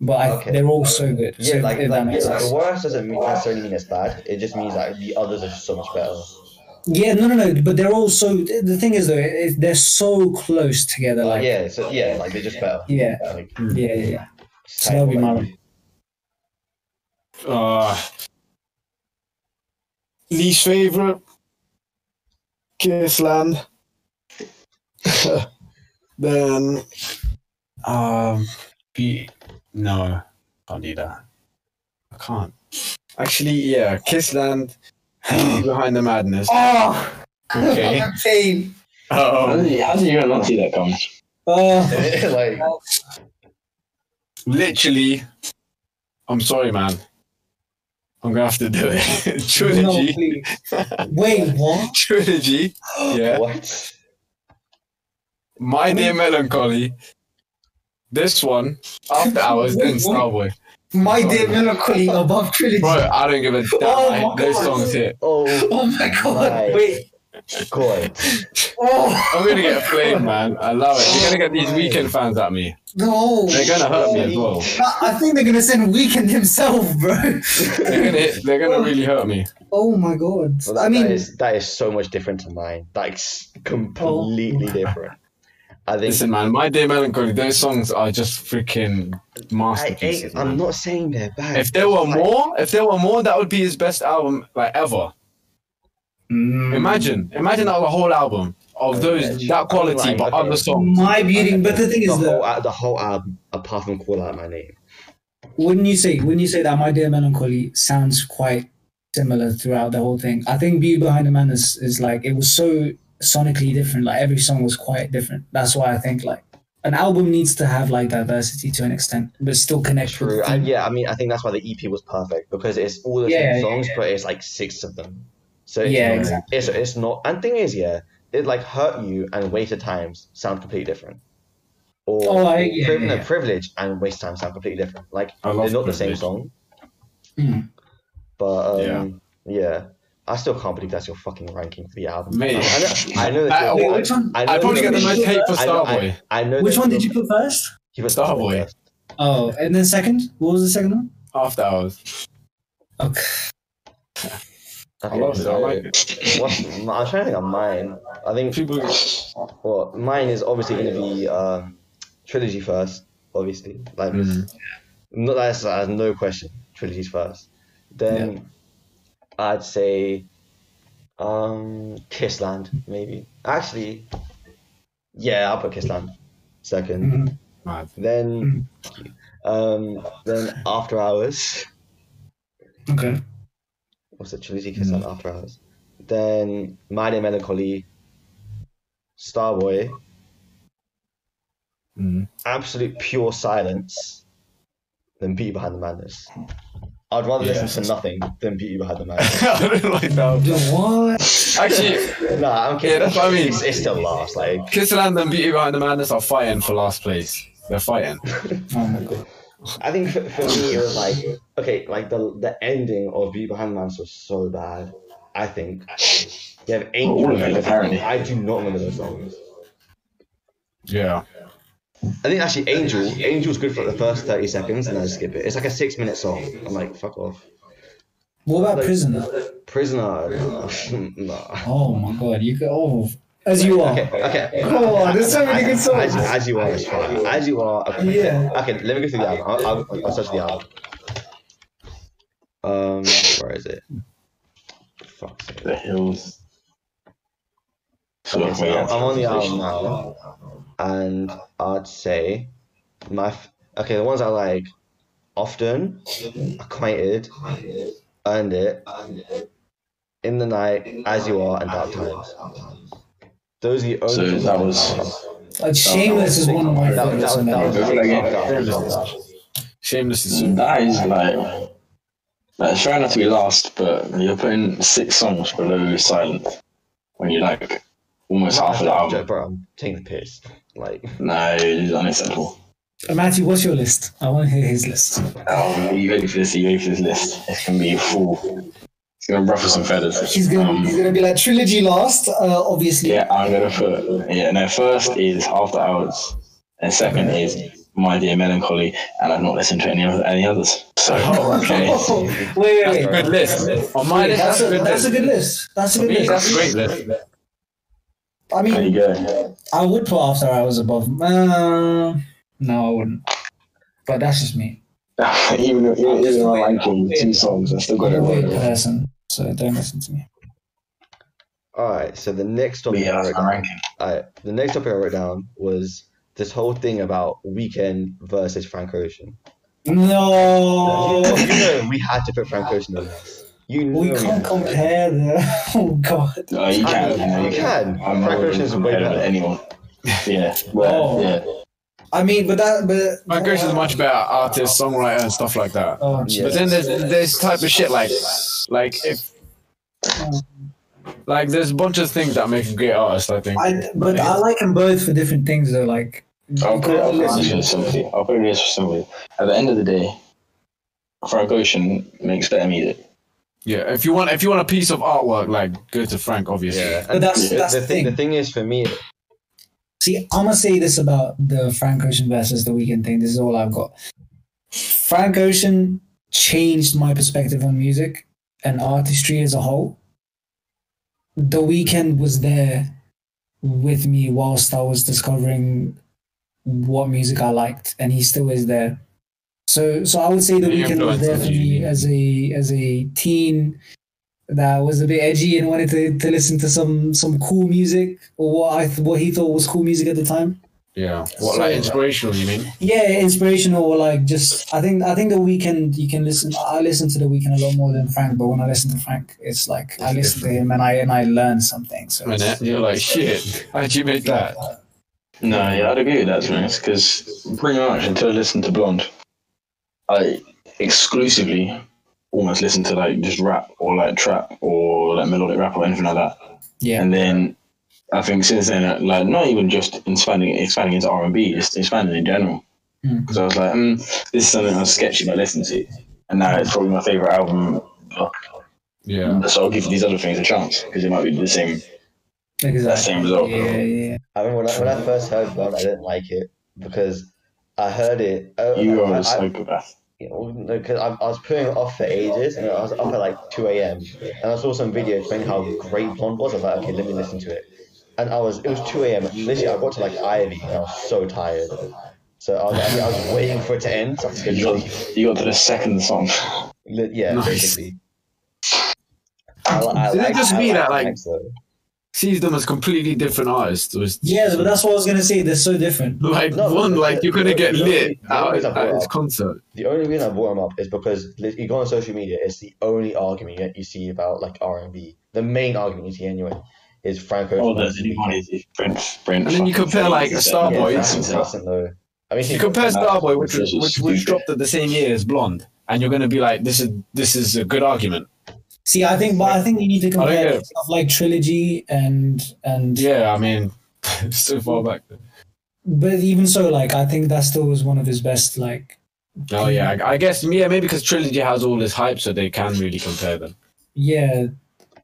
Speaker 2: But I,
Speaker 1: Okay.
Speaker 2: they're all so good.
Speaker 1: yeah,
Speaker 2: so
Speaker 1: like,
Speaker 2: if that
Speaker 1: like
Speaker 2: makes
Speaker 1: yeah,
Speaker 2: sense.
Speaker 1: the worst doesn't mean necessarily mean it's bad. It just means like the others are just so much better.
Speaker 2: Yeah, no, no, no. But they're all so. The thing is, though, it, they're so close together. Like, yeah,
Speaker 1: yeah, so yeah, like they're just better.
Speaker 2: yeah,
Speaker 1: Like,
Speaker 2: yeah, yeah. So that'll be
Speaker 1: like-
Speaker 2: my one.
Speaker 4: Uh, least favorite. Kissland. then, um, be no, can't do that. I can't. Actually, yeah, Kissland. behind the madness.
Speaker 2: Oh,
Speaker 4: Okay.
Speaker 2: pain.
Speaker 3: How
Speaker 4: Um,
Speaker 3: did you, how did you not see that coming?
Speaker 2: Oh,
Speaker 1: like,
Speaker 4: literally, I'm sorry, man. I'm gonna have to do it.
Speaker 2: no,
Speaker 4: trilogy,
Speaker 2: please. Wait, what?
Speaker 4: trilogy. Yeah,
Speaker 1: what?
Speaker 4: my dear melancholy. This one, after hours, then Starboy.
Speaker 2: My Dear Melancholy above Trilogy.
Speaker 4: Bro, I don't give a damn.
Speaker 2: Oh
Speaker 4: I-
Speaker 2: my
Speaker 4: those
Speaker 2: God.
Speaker 4: songs hit.
Speaker 1: Oh
Speaker 2: Oh my god,
Speaker 1: Nice.
Speaker 2: wait.
Speaker 1: god.
Speaker 2: Oh,
Speaker 4: I'm gonna get flamed, man. I love it. You're gonna get these
Speaker 1: Oh my.
Speaker 4: weekend fans at me.
Speaker 2: no.
Speaker 4: They're gonna hurt me as well.
Speaker 2: I I think they're gonna send Weekend himself, bro.
Speaker 4: They're gonna hit, they're gonna really hurt me.
Speaker 2: Oh my god.
Speaker 1: Well, that,
Speaker 2: I mean,
Speaker 1: that is that is so much different to mine. That's completely different. I think
Speaker 4: Listen, man, my dear melancholy. Those songs are just freaking
Speaker 1: I
Speaker 4: masterpieces.
Speaker 1: ain't, I'm
Speaker 4: man.
Speaker 1: not saying they're bad.
Speaker 4: If there were
Speaker 1: Like,
Speaker 4: more, if there were more, that would be his best album like ever.
Speaker 1: Mm.
Speaker 4: Imagine, imagine that the whole album of those
Speaker 1: Okay.
Speaker 4: that quality,
Speaker 1: Right,
Speaker 4: but
Speaker 1: okay.
Speaker 4: other songs.
Speaker 2: my beauty. But the thing
Speaker 1: the
Speaker 2: is,
Speaker 1: whole,
Speaker 2: that,
Speaker 1: al- the whole album, apart from Call Out My Name.
Speaker 2: wouldn't you say, wouldn't you say that My Dear Melancholy sounds quite similar throughout the whole thing? I think Beauty Behind the Man is, is like, it was so sonically different. Like, every song was quite different. That's why I think, like, an album needs to have, like, diversity to an extent, but still connect with
Speaker 1: True.
Speaker 2: the
Speaker 1: I,
Speaker 2: theme.
Speaker 1: yeah, I mean, I think that's why the EP was perfect because it's all the
Speaker 2: Yeah,
Speaker 1: same
Speaker 2: yeah,
Speaker 1: songs, but it's like six of them. So it's
Speaker 2: Yeah,
Speaker 1: not,
Speaker 2: exactly.
Speaker 1: It's, it's not. And thing is, yeah, it like hurt you and wasted times sound completely different. Or
Speaker 2: Oh, I- yeah,
Speaker 1: Priv-
Speaker 2: yeah,
Speaker 1: no,
Speaker 2: yeah.
Speaker 1: privilege and waste time sound completely different. Like
Speaker 4: I
Speaker 1: they're
Speaker 4: love
Speaker 1: not the same
Speaker 4: Privilege.
Speaker 1: song.
Speaker 2: Mm.
Speaker 1: But um, yeah. I still can't believe that's your fucking ranking for the album.
Speaker 4: Mate.
Speaker 1: I know, Oh, I know that's
Speaker 4: Uh,
Speaker 1: your-
Speaker 2: Wait, which one?
Speaker 1: I know
Speaker 4: I'd probably get the
Speaker 1: that's
Speaker 4: most
Speaker 1: your-
Speaker 4: hate for
Speaker 1: I know- I-
Speaker 4: Starboy.
Speaker 1: I know
Speaker 2: Which
Speaker 1: that's
Speaker 2: one
Speaker 1: your-
Speaker 2: did you put first?
Speaker 1: You put
Speaker 4: Starboy.
Speaker 1: first.
Speaker 2: Oh, and then second? What was the second one?
Speaker 4: After hours.
Speaker 2: Okay.
Speaker 4: I
Speaker 1: Okay,
Speaker 4: love it. I
Speaker 1: so
Speaker 4: like it.
Speaker 1: what's- I'm trying to think of mine. I think
Speaker 4: People,
Speaker 1: Well, mine is obviously going to be um, trilogy first, obviously. Like,
Speaker 4: Mhm.
Speaker 1: no, that's, that's no question. Trilogy's first. Then I'd say um, Kissland, maybe. Actually, yeah, I'll put Kissland 2nd
Speaker 2: Mhm.
Speaker 4: mad.
Speaker 1: Then, um, then After Hours.
Speaker 2: Okay.
Speaker 1: What's it? Trilogy Kissland After Hours. Then My Day Melancholy, Starboy.
Speaker 4: Mm.
Speaker 1: absolute pure silence than Beauty Behind the Madness. I'd rather
Speaker 4: Yeah.
Speaker 1: listen to nothing than Beauty Behind the Madness.
Speaker 4: I don't like that.
Speaker 2: The what?
Speaker 4: Actually,
Speaker 1: nah, I'm kidding.
Speaker 4: Yeah, that's what I mean.
Speaker 1: It's, it's still last, like.
Speaker 4: Kissaland and Beauty Behind the Madness are fighting for last place. They're fighting.
Speaker 2: Oh my god.
Speaker 1: I think for, for me it was like okay, like the the ending of Beauty Behind the Madness was so bad. I think you have angel.
Speaker 3: All of it, apparently.
Speaker 1: I do not remember those songs.
Speaker 4: Yeah.
Speaker 1: I think actually Angel, Angel's good for like, the first thirty seconds, and then I skip it. It's like a six minute song. I'm like, fuck off.
Speaker 2: What about
Speaker 1: Like-
Speaker 2: Prisoner?
Speaker 1: Prisoner, nah. nah.
Speaker 2: Oh my god, you go. Oh, as you are.
Speaker 1: Okay, okay.
Speaker 2: Oh, there's so many good
Speaker 1: As,
Speaker 2: songs.
Speaker 1: as you are, it's fine. As you are. Okay,
Speaker 2: Yeah.
Speaker 1: okay let me go through the album. I'll, I'll, I'll search the album. Um, where is it? Fuck's sake.
Speaker 3: The hills. So
Speaker 1: Okay, so
Speaker 3: we
Speaker 1: I'm
Speaker 3: are-
Speaker 1: on the album now, and I'd say my f- okay. The ones I like often, acquainted, earned it, in the night, as you are, and dark times. Those are the only.
Speaker 3: So
Speaker 1: ones I
Speaker 3: that
Speaker 1: like.
Speaker 3: was.
Speaker 2: Uh, Shameless is one of my
Speaker 1: That- that-
Speaker 2: favorites.
Speaker 1: that-
Speaker 2: on that
Speaker 1: that-
Speaker 2: album.
Speaker 4: Shameless is.
Speaker 3: That is like. Like, fair enough to be last, but you're putting six songs below silence when you like almost half of the
Speaker 1: Joe,
Speaker 3: album.
Speaker 1: bro, I'm taking the piss. Like,
Speaker 3: No, it's unacceptable.
Speaker 2: Uh, Matthew, what's your list? I want to hear his list.
Speaker 3: Oh, you ready for this? You ready for this list? It's gonna be full. It's gonna ruffle some feathers. Um,
Speaker 2: He's gonna
Speaker 4: Um,
Speaker 2: he's gonna be like trilogy last, uh, obviously.
Speaker 3: Yeah, I'm gonna put. Yeah, no. First is After Hours, and second is My Dear Melancholy, and I've not listened to any of any others. So okay,
Speaker 2: Oh, wait, wait, wait.
Speaker 4: Good list. On my list,
Speaker 2: That's,
Speaker 4: that's,
Speaker 2: a,
Speaker 4: good
Speaker 2: that's a
Speaker 4: list.
Speaker 2: good list. That's a good
Speaker 4: Me,
Speaker 2: list.
Speaker 4: that's a great list.
Speaker 2: I
Speaker 3: there you
Speaker 2: mean,
Speaker 3: go.
Speaker 2: I would put After Hours above. Uh, no, I wouldn't. But that's just me.
Speaker 3: even if- even if I like them, two songs, I still got
Speaker 2: I'm
Speaker 3: it
Speaker 2: a weird
Speaker 3: right.
Speaker 2: person, so don't listen to me.
Speaker 1: alright, so the next topic,
Speaker 3: Yeah,
Speaker 1: I
Speaker 3: that's
Speaker 1: wrote
Speaker 3: my
Speaker 1: down,
Speaker 3: ranking.
Speaker 1: alright, the next topic I wrote down was this whole thing about Weekend versus Frank Ocean.
Speaker 2: No,
Speaker 1: you know we had to put Frank Ocean on this. You know
Speaker 2: Oh. we can't
Speaker 1: had to.
Speaker 2: compare the. Oh god.
Speaker 3: No, Uh, you
Speaker 1: I-
Speaker 3: can. no,
Speaker 1: you can.
Speaker 3: I'm not
Speaker 1: Frank
Speaker 3: really
Speaker 1: Ocean's way
Speaker 3: compared
Speaker 1: better.
Speaker 3: with anyone. Yeah, well,
Speaker 2: Oh.
Speaker 3: yeah.
Speaker 2: I mean, but that, but
Speaker 4: Frank Ocean's a much better artist, songwriter, and stuff like that.
Speaker 2: Oh,
Speaker 1: Yeah.
Speaker 4: But then there's there's type of shit like like if like there's a bunch of things that make a great artist. I think.
Speaker 2: I, but I like them both for different things though. Like,
Speaker 3: I'll put, I'll put it this
Speaker 2: listen,
Speaker 3: way simply. I'll put it this way simply. At the end of the day, Frank Ocean makes better music.
Speaker 4: Yeah, if you want if you want a piece of artwork, like go to Frank, obviously.
Speaker 1: Yeah.
Speaker 2: but that's
Speaker 3: Yeah,
Speaker 2: that's
Speaker 1: the,
Speaker 2: the,
Speaker 1: thing,
Speaker 2: thing.
Speaker 1: the thing is, for me,
Speaker 2: See, I'm gonna say this about the Frank Ocean versus the Weekend thing. This is all I've got. Frank Ocean changed my perspective on music and artistry as a whole. The Weekend was there with me whilst I was discovering what music I liked, and he still is there. So, so I would say the
Speaker 4: He
Speaker 2: Weekend was there for
Speaker 4: influences you.
Speaker 2: me as a as a teen that was a bit edgy and wanted to, to listen to some some cool music or what I th- what he thought was cool music at the time.
Speaker 4: Yeah. What like inspirational? You mean?
Speaker 2: Yeah, inspirational or like just I think I think the weekend you can listen. I listen to the weekend a lot more than Frank, but when I listen to Frank, it's like I listen to him and I and I learn something. So
Speaker 4: And
Speaker 2: it's-
Speaker 4: then you're like, shit. How'd you make that?
Speaker 3: No, yeah, I'd agree with that, to be honest, because pretty much until I listened to Blonde, I exclusively almost listened to like just rap or like trap or like melodic rap or anything like that.
Speaker 2: yeah,
Speaker 3: And then I think since then, uh, like not even just expanding expanding into R and B, just expanding in general.
Speaker 2: Mm.
Speaker 3: Because I was like, mm, this is something I was sketchy but listen to, and now it's probably my favorite album.
Speaker 4: Yeah.
Speaker 3: So I'll give these other things a chance because it might be the same that
Speaker 2: Exactly.
Speaker 3: same result.
Speaker 2: Yeah, yeah.
Speaker 1: I remember when I, when I first heard Blonde, I didn't like it because I heard it. Uh,
Speaker 3: You
Speaker 1: I,
Speaker 3: are a
Speaker 1: I-
Speaker 3: psychopath.
Speaker 1: you know, no, 'cause I, I was putting it off for ages, and I was up at like 2 a.m. and I saw some video explaining how great Blonde was. I was like, okay, let me listen to it. And I was, it was 2 a.m. Literally, I got to like Ivy, and I was so tired. So I was, I was waiting for it to end. So I was
Speaker 3: You
Speaker 1: like,
Speaker 3: got, you got to the second song.
Speaker 1: li- yeah,
Speaker 4: Nice.
Speaker 1: basically. I, li- I
Speaker 4: Did it just
Speaker 1: I
Speaker 4: be that, like-
Speaker 1: Max, though.
Speaker 4: Sees them as completely different artists. Was
Speaker 2: Yes, but that's what I was gonna say. They're so different.
Speaker 4: like
Speaker 1: No,
Speaker 4: one like you're gonna get
Speaker 1: no,
Speaker 4: lit
Speaker 1: no,
Speaker 4: out
Speaker 1: it's a
Speaker 4: at his
Speaker 1: blowout.
Speaker 4: concert.
Speaker 1: The only reason I brought him up is because li- you go on social media, it's the only argument that you see about like R and B. The main argument you see anyway is Franco.
Speaker 3: Oh, there's any money is Brent, Brent.
Speaker 4: And then you
Speaker 3: fucking
Speaker 4: compare, like,
Speaker 3: Fades,
Speaker 4: Starboy.
Speaker 1: yeah,
Speaker 4: Boy,
Speaker 1: that's
Speaker 4: it's-
Speaker 1: inconsistent, though. I mean,
Speaker 4: You compare Starboy, which was
Speaker 3: This is
Speaker 4: which, which
Speaker 3: stupid.
Speaker 4: dropped at the same year as Blonde, and you're gonna be like, this is this is a good argument.
Speaker 2: See, I think, but I think you need to
Speaker 4: get
Speaker 2: compare
Speaker 4: it.
Speaker 2: stuff like trilogy and and.
Speaker 4: Yeah, I mean, so far back.
Speaker 2: But even so, like I think that still was one of his best. Like
Speaker 4: Oh yeah, I, I guess yeah maybe because Trilogy has all this hype, so they can really compare them.
Speaker 2: yeah,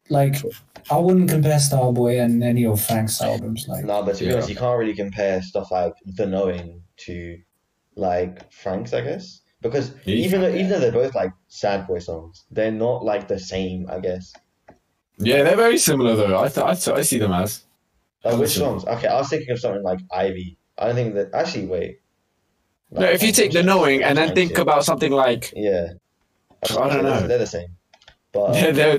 Speaker 2: like I wouldn't compare Starboy and any of Frank's albums. Like
Speaker 1: No, but to be
Speaker 4: Yeah.
Speaker 1: honest, you can't really compare stuff like The Knowing to like Frank's, I guess, because
Speaker 4: Yeah.
Speaker 1: even though even though they're both like sad boy songs, they're not like the same, I guess.
Speaker 4: Yeah, they're very similar though. I th- I, th- I see them as
Speaker 1: Like which
Speaker 4: Listen.
Speaker 1: songs? Okay, I was thinking of something like Ivy. I don't think that actually. Wait.
Speaker 4: no. If you take the knowing and then think about something like
Speaker 1: Yeah.
Speaker 4: I don't know.
Speaker 1: They're the same. But
Speaker 4: they're, they're,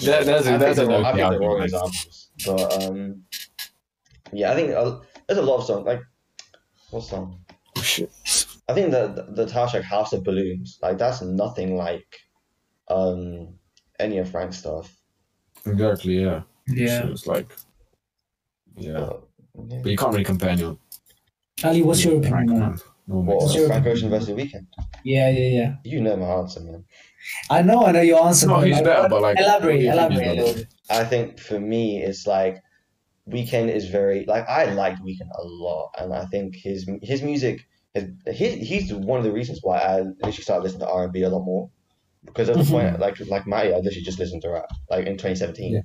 Speaker 4: they're, there's
Speaker 1: I
Speaker 4: a, there's
Speaker 1: think
Speaker 4: a
Speaker 1: they're all-
Speaker 4: no
Speaker 1: I think they're all
Speaker 4: argument.
Speaker 1: examples. But um, yeah, I think uh, there's a lot of songs. Like, what song?
Speaker 4: Oh, shit.
Speaker 1: I think the the, the Tarshak House of Balloons. Like, that's nothing like um any of Frank's stuff.
Speaker 4: Exactly. Yeah.
Speaker 2: yeah,
Speaker 4: So it's like. Yeah,
Speaker 1: But, yeah.
Speaker 4: but you can't really compare anyone.
Speaker 2: Ali, what's your opinion? on it?
Speaker 1: What
Speaker 2: Sure.
Speaker 1: Frank Ocean versus The Weekend?
Speaker 2: Yeah, yeah, yeah.
Speaker 1: You know my answer, man.
Speaker 2: I know, I know your answer.
Speaker 4: It's not
Speaker 2: but,
Speaker 4: who's
Speaker 2: like,
Speaker 4: better, but like
Speaker 2: Elaborate,
Speaker 4: Yeah.
Speaker 2: elaborate a little bit.
Speaker 1: I think for me, it's like Weekend is very like I like Weekend a lot, and I think his his music is his, he's one of the reasons why I literally started listening to R and B a lot more because at the point like like my I literally just listened to rap like in 2017.
Speaker 4: Yeah.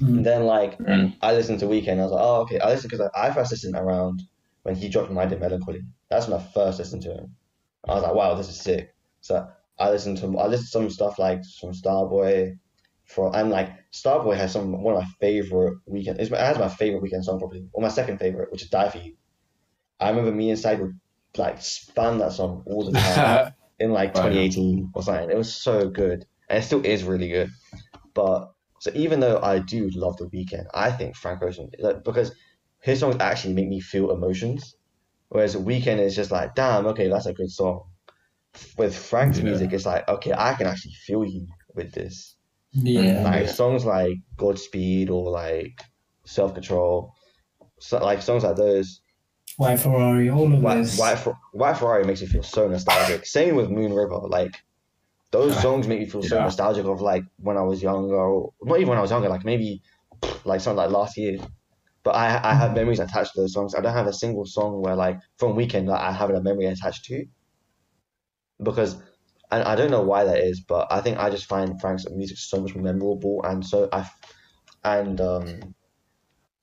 Speaker 2: Mhm.
Speaker 1: And then like
Speaker 3: Mm.
Speaker 1: I listened to Weekend, I was like, oh okay, I listened because I, I first listened around when he dropped My Day Melancholy. That's when I first listened to him. I was like, wow, this is sick. So I listened to I listened to some stuff like from Starboy, for and like Starboy has some one of my favorite weekend. It's my, it has my favorite weekend song probably, or my second favorite, which is Die for You. I remember me and Side would like spam that song all the time in like
Speaker 4: Right.
Speaker 1: 2018 or something. It was so good, and it still is really good. But so even though I do love the weekend, I think Frank Ocean like, because his songs actually make me feel emotions, whereas the weekend is just like, damn, okay, that's a good song. With Frank's
Speaker 4: Yeah.
Speaker 1: music, it's like, okay, I can actually feel you with this.
Speaker 4: Mm-hmm.
Speaker 2: Yeah.
Speaker 1: Like songs like Godspeed or like Self Control, so, like songs like those,
Speaker 2: White Ferrari, all of
Speaker 1: White,
Speaker 2: this.
Speaker 1: White, Fer- White Ferrari makes me feel so nostalgic. Same with Moon River. Like, those
Speaker 4: Yeah.
Speaker 1: songs make me feel so
Speaker 4: Yeah.
Speaker 1: nostalgic of like when I was younger, or not even when I was younger, like maybe like something like last year. But I, I have memories attached to those songs. I don't have a single song where like from Weekend that I have a memory attached to. Because, and I don't know why that is, but I think I just find Frank's music so much more memorable and so I, and um,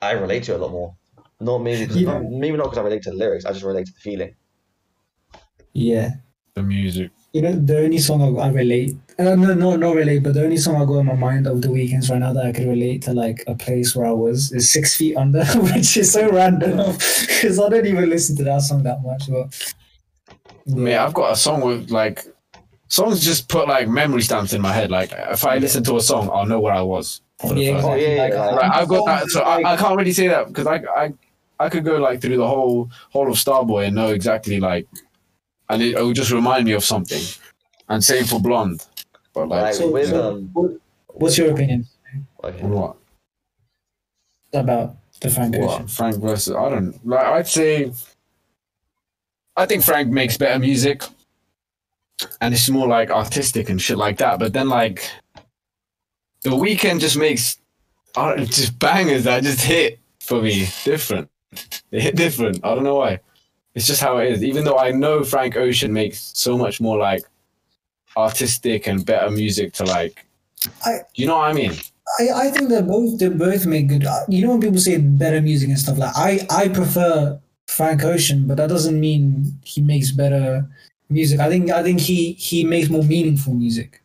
Speaker 1: I relate to it a lot more. Not maybe 'cause-
Speaker 2: Yeah.
Speaker 1: not- maybe not because I relate to the lyrics. I just relate to the feeling.
Speaker 2: Yeah.
Speaker 4: the music.
Speaker 2: You know, the only song I, I relate, uh, no, no, not relate, but the only song I got in my mind of the weekends right now that I could relate to like a place where I was is Six Feet Under, which is so random because I don't even listen to that song that much. But
Speaker 4: Yeah, I've got a song with like songs just put like memory stamps in my head. Like if I listen to a song, I'll know where I was. for the
Speaker 2: yeah,
Speaker 4: first-
Speaker 2: exactly.
Speaker 1: Oh, yeah,
Speaker 2: like,
Speaker 1: yeah,
Speaker 4: Like, I've got that,
Speaker 2: songs
Speaker 4: so
Speaker 2: like-
Speaker 4: I, I can't really say that because I, I I could go like through the whole whole of Starboy and know exactly like, and it, it would just remind me of something. And same for Blonde, but like,
Speaker 1: Like
Speaker 2: so-
Speaker 1: with
Speaker 2: so-
Speaker 1: um,
Speaker 2: What's your opinion
Speaker 1: okay.
Speaker 4: on what
Speaker 2: about the Frank Ocean?
Speaker 4: what Frank versus I don't like I'd say I think Frank makes better music, and it's more like artistic and shit like that. But then like, the weekend just makes I don't, just bangers that just hit. for me. Different. They hit different. I don't know why. It's just how it is. Even though I know Frank Ocean makes so much more like artistic and better music to like.
Speaker 2: I-
Speaker 4: you know what I mean?
Speaker 2: I, I think that both they both make good. uh, You know when people say better music and stuff like I I prefer Frank Ocean, but that doesn't mean he makes better music. I think I think he he makes more meaningful music.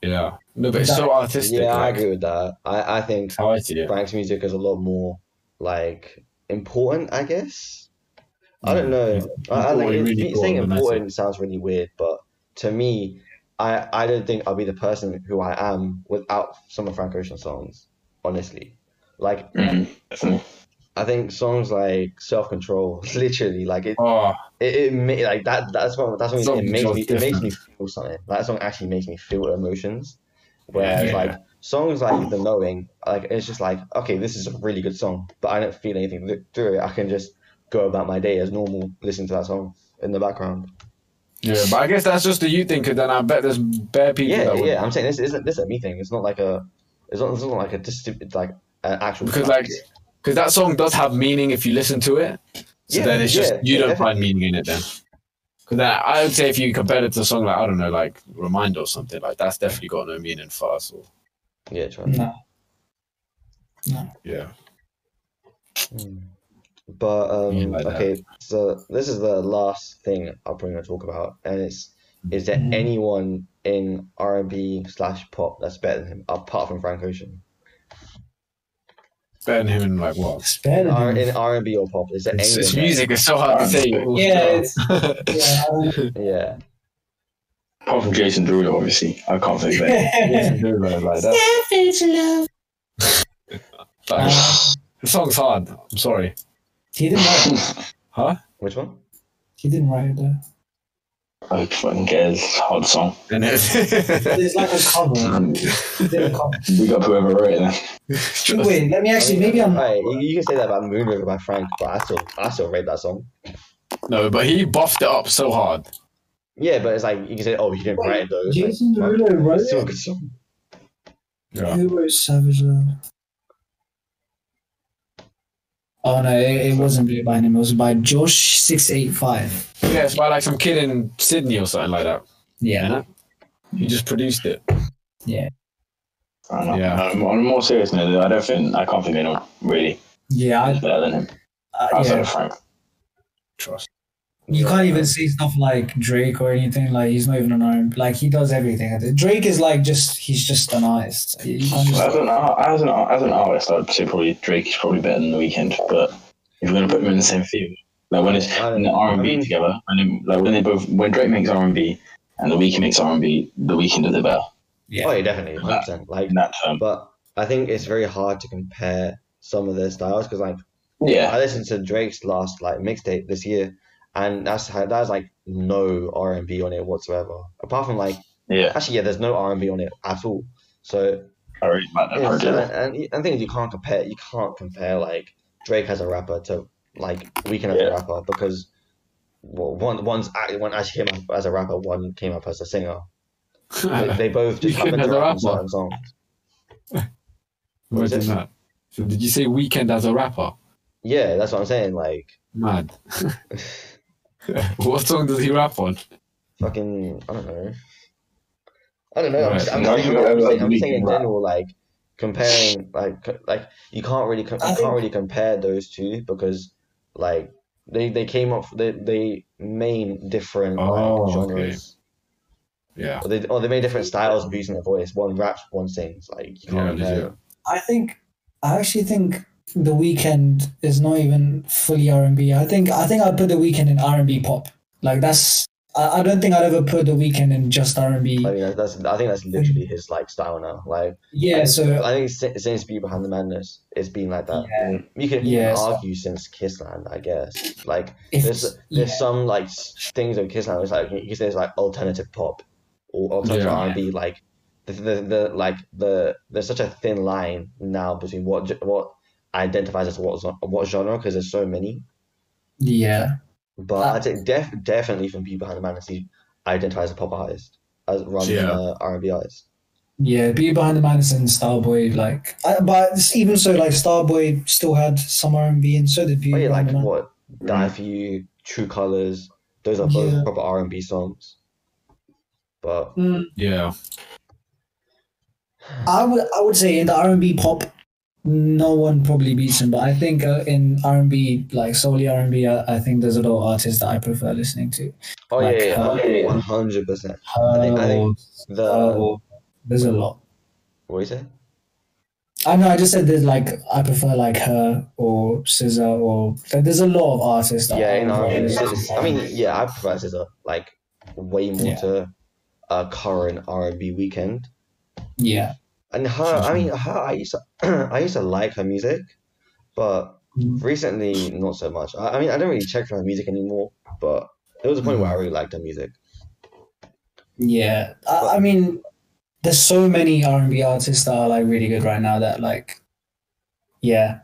Speaker 4: Yeah. No, but it's so artistic.
Speaker 1: yeah, I
Speaker 4: like,
Speaker 1: agree with that. I, I think
Speaker 4: How I see it.
Speaker 1: Frank's music is a lot more like important, I guess. I don't know. I, I, like,
Speaker 4: Important,
Speaker 1: it-
Speaker 4: really
Speaker 1: me- saying
Speaker 4: important, I think.
Speaker 1: important sounds really weird, but to me, I, I don't think I'll be the person who I am without some of Frank Ocean's songs. Honestly, like
Speaker 3: Mm, definitely.
Speaker 1: I think songs like Self Control, literally, like it,
Speaker 4: Oh,
Speaker 1: it, it ma- like that. That's what that's what it makes
Speaker 4: Self-Control's
Speaker 1: me. It makes me feel something. That song actually makes me feel emotions. Whereas
Speaker 4: Yeah.
Speaker 1: like songs like The Knowing, like it's just like okay, this is a really good song, but I don't feel anything th- through it. I can just go about my day as normal, listen to that song in the background.
Speaker 4: yeah. But I guess that's just the you thing, because then I bet there's bare people
Speaker 1: Yeah,
Speaker 4: that would.
Speaker 1: yeah. I'm saying this isn't this is a me thing. It's not like a. It's not. It's not like a dis- It's like an actual.
Speaker 4: Because, like, because that song does have meaning if you listen to it. So
Speaker 1: Yeah,
Speaker 4: then it's just
Speaker 1: yeah,
Speaker 4: you
Speaker 1: yeah,
Speaker 4: don't find meaning in it then. Because I would say if you compare it to a song like I don't know, like Reminder or something like that's definitely got no meaning for us. Or,
Speaker 1: yeah, try.
Speaker 2: No.
Speaker 4: yeah.
Speaker 1: Hmm. But um,
Speaker 4: Yeah, like that.
Speaker 1: okay, so this is the last thing I'm probably gonna talk about, and it's is there
Speaker 2: Mhm.
Speaker 1: anyone in R and B slash pop that's better than him apart from Frank Ocean?
Speaker 4: Better than him in like what?
Speaker 2: It's better. than-
Speaker 1: R- Uh, in R and B or pop, is there
Speaker 4: It's,
Speaker 1: anyone?
Speaker 4: it's
Speaker 1: better?
Speaker 4: music. It's so hard to say.
Speaker 2: yeah, it's, yeah,
Speaker 1: Yeah,
Speaker 3: Apart from Jason Derulo, obviously. I can't think of it.
Speaker 2: I-
Speaker 4: like that. Like,
Speaker 2: Uh,
Speaker 4: the song's hard. I'm sorry.
Speaker 2: he didn't write.
Speaker 4: Huh?
Speaker 1: which one?
Speaker 2: He didn't write it. though.
Speaker 3: I fucking cares. Hard song.
Speaker 4: And it's
Speaker 2: It's like a cover.
Speaker 3: Um,
Speaker 2: He did a cover.
Speaker 3: big up whoever wrote it. Then.
Speaker 2: Wait, let me actually. Maybe I'm.
Speaker 1: Alright, you, you can say that about Moon River by Frank, but I still I still rate that song.
Speaker 4: no, but he buffed it up so hard.
Speaker 1: Yeah, but it's like you can say, oh, he didn't write it though. It's like,
Speaker 2: Jason Derulo wrote
Speaker 1: it's still a
Speaker 2: it.
Speaker 1: good song.
Speaker 4: Yeah.
Speaker 2: Who wrote Savage Love? Oh no, it, it wasn't written by him. It was by Josh six eight five.
Speaker 4: Yeah, it's by like some kid in Sydney or something like that.
Speaker 2: Yeah,
Speaker 4: Yeah. He just produced it.
Speaker 3: I don't know.
Speaker 4: Yeah.
Speaker 3: Um, on a more serious note, though, I don't think I can't think of anyone really
Speaker 2: yeah, I,
Speaker 3: better than him.
Speaker 2: I,
Speaker 3: Outside
Speaker 2: yeah.
Speaker 3: of Frank.
Speaker 4: Trust.
Speaker 2: You can't even see stuff like Drake or anything. Like he's not even an artist. Like he does everything. Drake is like just he's just an artist. You can't
Speaker 3: Well, As
Speaker 2: just-
Speaker 3: an, ar- as, an, ar- as an artist, I'd say probably Drake is probably better than The Weeknd, but if you're going to put them in the same field, like when it's
Speaker 1: I
Speaker 3: in the
Speaker 1: don't-
Speaker 3: R&B
Speaker 1: I mean-
Speaker 3: together, when it, like when they both, when Drake makes R&B and The Weeknd makes R&B, The Weeknd is the better
Speaker 1: Oh yeah, definitely, 100%. Like,
Speaker 3: in that term.
Speaker 1: but I think it's very hard to compare some of their styles because like. I
Speaker 3: Yeah,
Speaker 1: listened to Drake's last like mixtape this year, and that's how that's like no R and B on it whatsoever. Apart from like
Speaker 3: yeah,
Speaker 1: actually yeah, there's no R and B on it at all. So
Speaker 3: I really like that
Speaker 4: Oh,
Speaker 1: yeah, so-
Speaker 3: project.
Speaker 1: and and the thing is you can't compare you can't compare like Drake as a rapper to like Weekend as
Speaker 3: Yeah.
Speaker 1: a rapper because well one one's act- one actually came up as a rapper, one came up as a singer. They, they both just
Speaker 4: Weeknd
Speaker 1: happen to
Speaker 4: as a
Speaker 1: rap on
Speaker 4: rapper?
Speaker 1: certain songs. What's
Speaker 4: Imagine
Speaker 1: this?
Speaker 4: that. So did you say Weekend as a rapper?
Speaker 1: Yeah, that's what I'm saying. Like
Speaker 4: Mad. what song does he rap on?
Speaker 1: fucking I don't know. I don't know. I'm,
Speaker 4: Right.
Speaker 1: just, I'm,
Speaker 3: No,
Speaker 1: just saying,
Speaker 3: you-
Speaker 1: I'm, just saying, I'm
Speaker 3: you
Speaker 1: just saying in
Speaker 3: can rap.
Speaker 1: general, like comparing, like co- like you can't really com-
Speaker 2: I
Speaker 1: you
Speaker 2: think-
Speaker 1: can't really compare those two because like they they came up they they main different
Speaker 4: Oh,
Speaker 1: like,
Speaker 4: okay.
Speaker 1: genres.
Speaker 4: Yeah.
Speaker 1: Or they or they made different styles of using their voice. One raps, one sings. Like you
Speaker 4: Yeah,
Speaker 1: can't compare.
Speaker 4: legit.
Speaker 2: I think I actually think the weekend is not even fully R and B. I think I think I put the weekend in R and B pop. Like that's I, I don't think I'd ever put the weekend in just R and B.
Speaker 1: I mean, that's I think that's literally his like style now. Like
Speaker 2: Yeah, so
Speaker 1: I think si- since Be Behind the Madness, it's been like that.
Speaker 2: yeah,
Speaker 1: You can, you
Speaker 2: Yeah,
Speaker 1: can
Speaker 2: so-
Speaker 1: argue since Kissland, I guess. Like
Speaker 2: if
Speaker 1: there's
Speaker 2: it's-
Speaker 1: there's
Speaker 2: yeah.
Speaker 1: some like s- things on Kissland. It's like you can say it's like alternative pop or alternative
Speaker 4: Yeah.
Speaker 1: R and B. Like the, the the like the there's such a thin line now between what ge- what identifies as what zo- what genre because there's so many.
Speaker 2: yeah.
Speaker 1: But
Speaker 2: Ah.
Speaker 1: I'd say def- definitely from people behind the madness, he identifies as a pop artist as rather than
Speaker 4: Yeah.
Speaker 1: R and B artist.
Speaker 2: Yeah, be behind the madness and Starboy, like, I, Uh, but even so, like Starboy still had some R and B, and so did Be
Speaker 1: Wait, Oh, like
Speaker 2: Behind the Man.
Speaker 1: what? Die
Speaker 4: Mm.
Speaker 1: for you, True Colors. Those are both
Speaker 2: Yeah.
Speaker 1: proper R and B songs. But
Speaker 2: Mm,
Speaker 4: Yeah.
Speaker 2: I would, I would say in the R and B pop, no one probably beats him. But I think uh, in R and B, like solely R and B, I I think there's a lot of artists that I prefer listening to.
Speaker 1: oh
Speaker 2: Like,
Speaker 1: yeah,
Speaker 2: uh,
Speaker 1: yeah, one hundred percent. think- I think
Speaker 2: Pearls,
Speaker 1: The
Speaker 2: uh, there's a lot.
Speaker 1: what you say?
Speaker 2: I know. I just said that like I prefer like her or Scissor or like, there's a lot of artists. that
Speaker 1: Yeah,
Speaker 2: I
Speaker 1: you know,
Speaker 2: prefer
Speaker 1: it's
Speaker 2: listening
Speaker 1: just-
Speaker 2: to.
Speaker 1: I mean, yeah, I prefer SZA like way more
Speaker 2: Yeah.
Speaker 1: to uh, current R and B weekend.
Speaker 2: yeah.
Speaker 1: And her, I mean, her, I used to, I used to like her music, but
Speaker 2: Mm.
Speaker 1: recently not so much. I, I mean, I don't really check for her music anymore, but there was a point where I really liked her music.
Speaker 2: Yeah, I, I mean, there's so many R and B artists that are like really good right now. That like, yeah,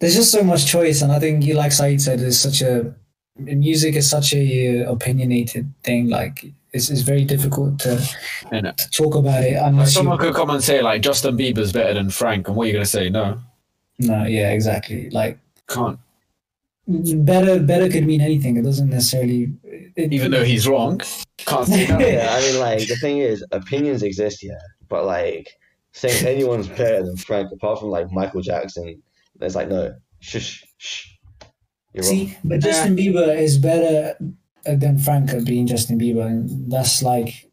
Speaker 2: there's just so much choice, and I think you like Said said is such a music is such a uh, opinionated thing. Like, it's it's very difficult to,
Speaker 4: I know.
Speaker 2: to talk about it
Speaker 4: Like,
Speaker 2: unless
Speaker 4: someone
Speaker 2: you.
Speaker 4: could come and say like Justin Bieber's better than Frank, and what are you gonna say? No,
Speaker 2: No, yeah, exactly. Like,
Speaker 4: can't.
Speaker 2: better better could mean anything. It doesn't necessarily. It,
Speaker 4: Even though he's wrong, can't say no.
Speaker 1: Yeah, I mean, like the thing is, opinions exist, yeah, but like saying anyone's better than Frank, apart from like Michael Jackson, it's like no, shush, shh, you're wrong.
Speaker 2: See, but Justin Bieber is better uh, than Frank at being Justin Bieber, and that's like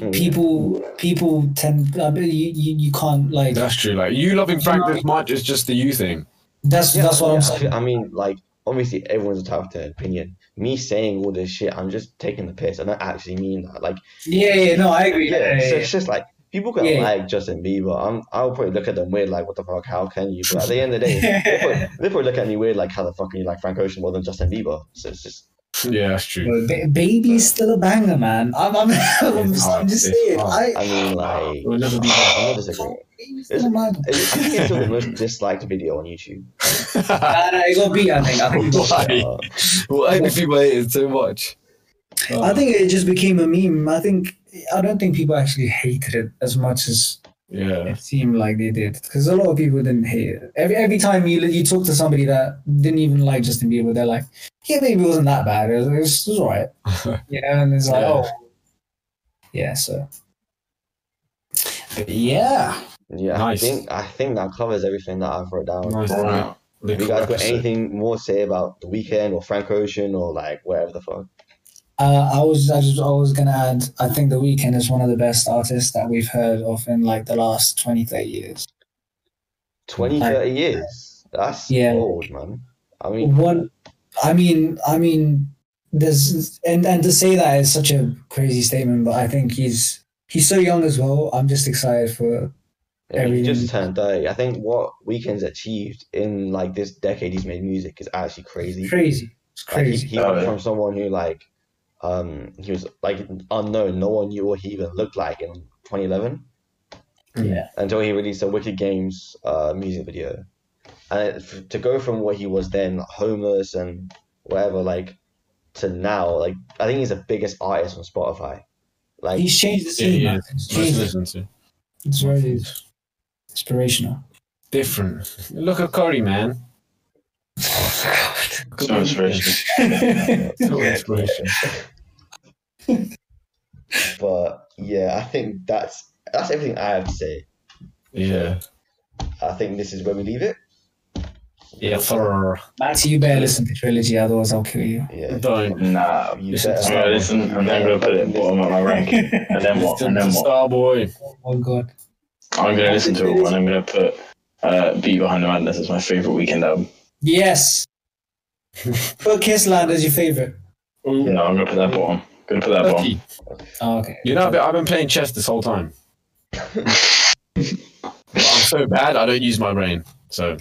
Speaker 1: Oh,
Speaker 2: people people tend. I mean, you, you you can't like
Speaker 4: That's true. Like you loving Frank this much is just the you thing.
Speaker 2: that's that's what
Speaker 1: Yeah,
Speaker 2: I'm
Speaker 1: I
Speaker 2: saying.
Speaker 1: feel- I mean, like, obviously everyone's entitled to their opinion. Me saying all this shit, I'm just taking the piss. I don't actually mean that. Like,
Speaker 2: Yeah, yeah, no, I agree.
Speaker 1: yeah,
Speaker 2: Yeah,
Speaker 1: so
Speaker 2: yeah,
Speaker 1: it's just like people can
Speaker 2: Yeah.
Speaker 1: like Justin Bieber. I'm, I'll probably look at them weird, like, what the fuck? How can you? But at the end of the day, they probably, they probably look at me weird, like, how the fuck can you like Frank Ocean more than Justin Bieber? So it's just
Speaker 4: Yeah, that's true.
Speaker 2: yeah. Ba- Baby's still a banger, man. I'm, I'm, I'm, just, I'm just
Speaker 4: It's
Speaker 2: saying.
Speaker 4: hard.
Speaker 1: I
Speaker 2: I,
Speaker 1: mean, like,
Speaker 4: We'll never be
Speaker 1: I'm not disagreeing.
Speaker 2: Baby's still a banger.
Speaker 1: It's- I think it's still the most disliked video on YouTube.
Speaker 2: Nah, nah, it got beat. I think. I think it got beat.
Speaker 4: Why?
Speaker 1: Uh,
Speaker 4: Why do people hate it so much? Oh,
Speaker 2: I think it just became a meme. I think I don't think people actually hated it as much as
Speaker 4: Yeah.
Speaker 2: it seemed like they did because a lot of people didn't hate it. Every every time you you talk to somebody that didn't even like Justin Bieber, they're like, "Yeah, maybe it wasn't that bad. It was, it was, it was alright." you know, and it's like,
Speaker 4: Yeah.
Speaker 2: "Oh, yeah." So, but yeah,
Speaker 1: yeah,
Speaker 4: Nice.
Speaker 1: I think I think that covers everything that I've wrote down.
Speaker 4: Nice. Right.
Speaker 1: Have you guys got anything more to say about the weekend or Frank Ocean or like whatever the fuck?
Speaker 2: uh, I was I just I was gonna add. I think The Weeknd is one of the best artists that we've heard of in like the last 20, 30 years.
Speaker 1: 20,
Speaker 2: Like-
Speaker 1: 30 years. That's
Speaker 2: Yeah.
Speaker 1: old, man. I mean,
Speaker 2: One, I mean, I mean, there's and and to say that is such a crazy statement, but I think he's he's so young as well. I'm just excited for
Speaker 1: yeah, he
Speaker 2: every-
Speaker 1: just turned 30. I think what Weekend's achieved in like this decade he's made music is actually crazy.
Speaker 2: crazy. It's
Speaker 1: Like, he,
Speaker 2: crazy.
Speaker 1: he went
Speaker 3: Oh, yeah.
Speaker 1: from someone who like, um, he was like unknown, no one knew what he even looked like in 2011
Speaker 2: Yeah,
Speaker 1: until he released a Wicked Games uh, music video. And f- to go from what he was then, homeless and whatever, like, to now, like, I think he's the biggest artist on Spotify. Like,
Speaker 2: he's changed the
Speaker 4: Yeah,
Speaker 2: scene.
Speaker 4: yeah.
Speaker 2: man. He's
Speaker 4: Nice
Speaker 2: changed
Speaker 4: to
Speaker 2: it.
Speaker 4: listen to.
Speaker 2: It's very inspirational.
Speaker 4: Different. Look at Curry, man.
Speaker 2: Oh,
Speaker 3: So inspirational.
Speaker 4: So inspirational.
Speaker 1: but yeah, I think that's that's everything I have to say.
Speaker 4: Yeah.
Speaker 1: I think this is where we leave it.
Speaker 4: Yeah. For
Speaker 2: Matt, you better listen to trilogy, otherwise I'll kill you.
Speaker 1: Yeah.
Speaker 4: don't.
Speaker 3: Nah.
Speaker 1: You
Speaker 4: Listen
Speaker 1: better-
Speaker 4: to
Speaker 3: I'm gonna listen, and then I'm gonna put it at the bottom of my rank, and then what? And
Speaker 4: Listen to
Speaker 3: then what?
Speaker 4: Starboy.
Speaker 2: Oh my god.
Speaker 3: I'm gonna listen to it, and I'm gonna put uh, "Beat Behind the Madness" as my favorite weekend album.
Speaker 2: Yes. Put Kissland as your favorite.
Speaker 4: Ooh,
Speaker 3: No, I'm gonna put that bottom. Gonna put that bottom.
Speaker 4: Turkey.
Speaker 2: Oh, okay.
Speaker 4: You know, I've been- I've been playing chess this whole time. But I'm so bad, I don't use my brain. So.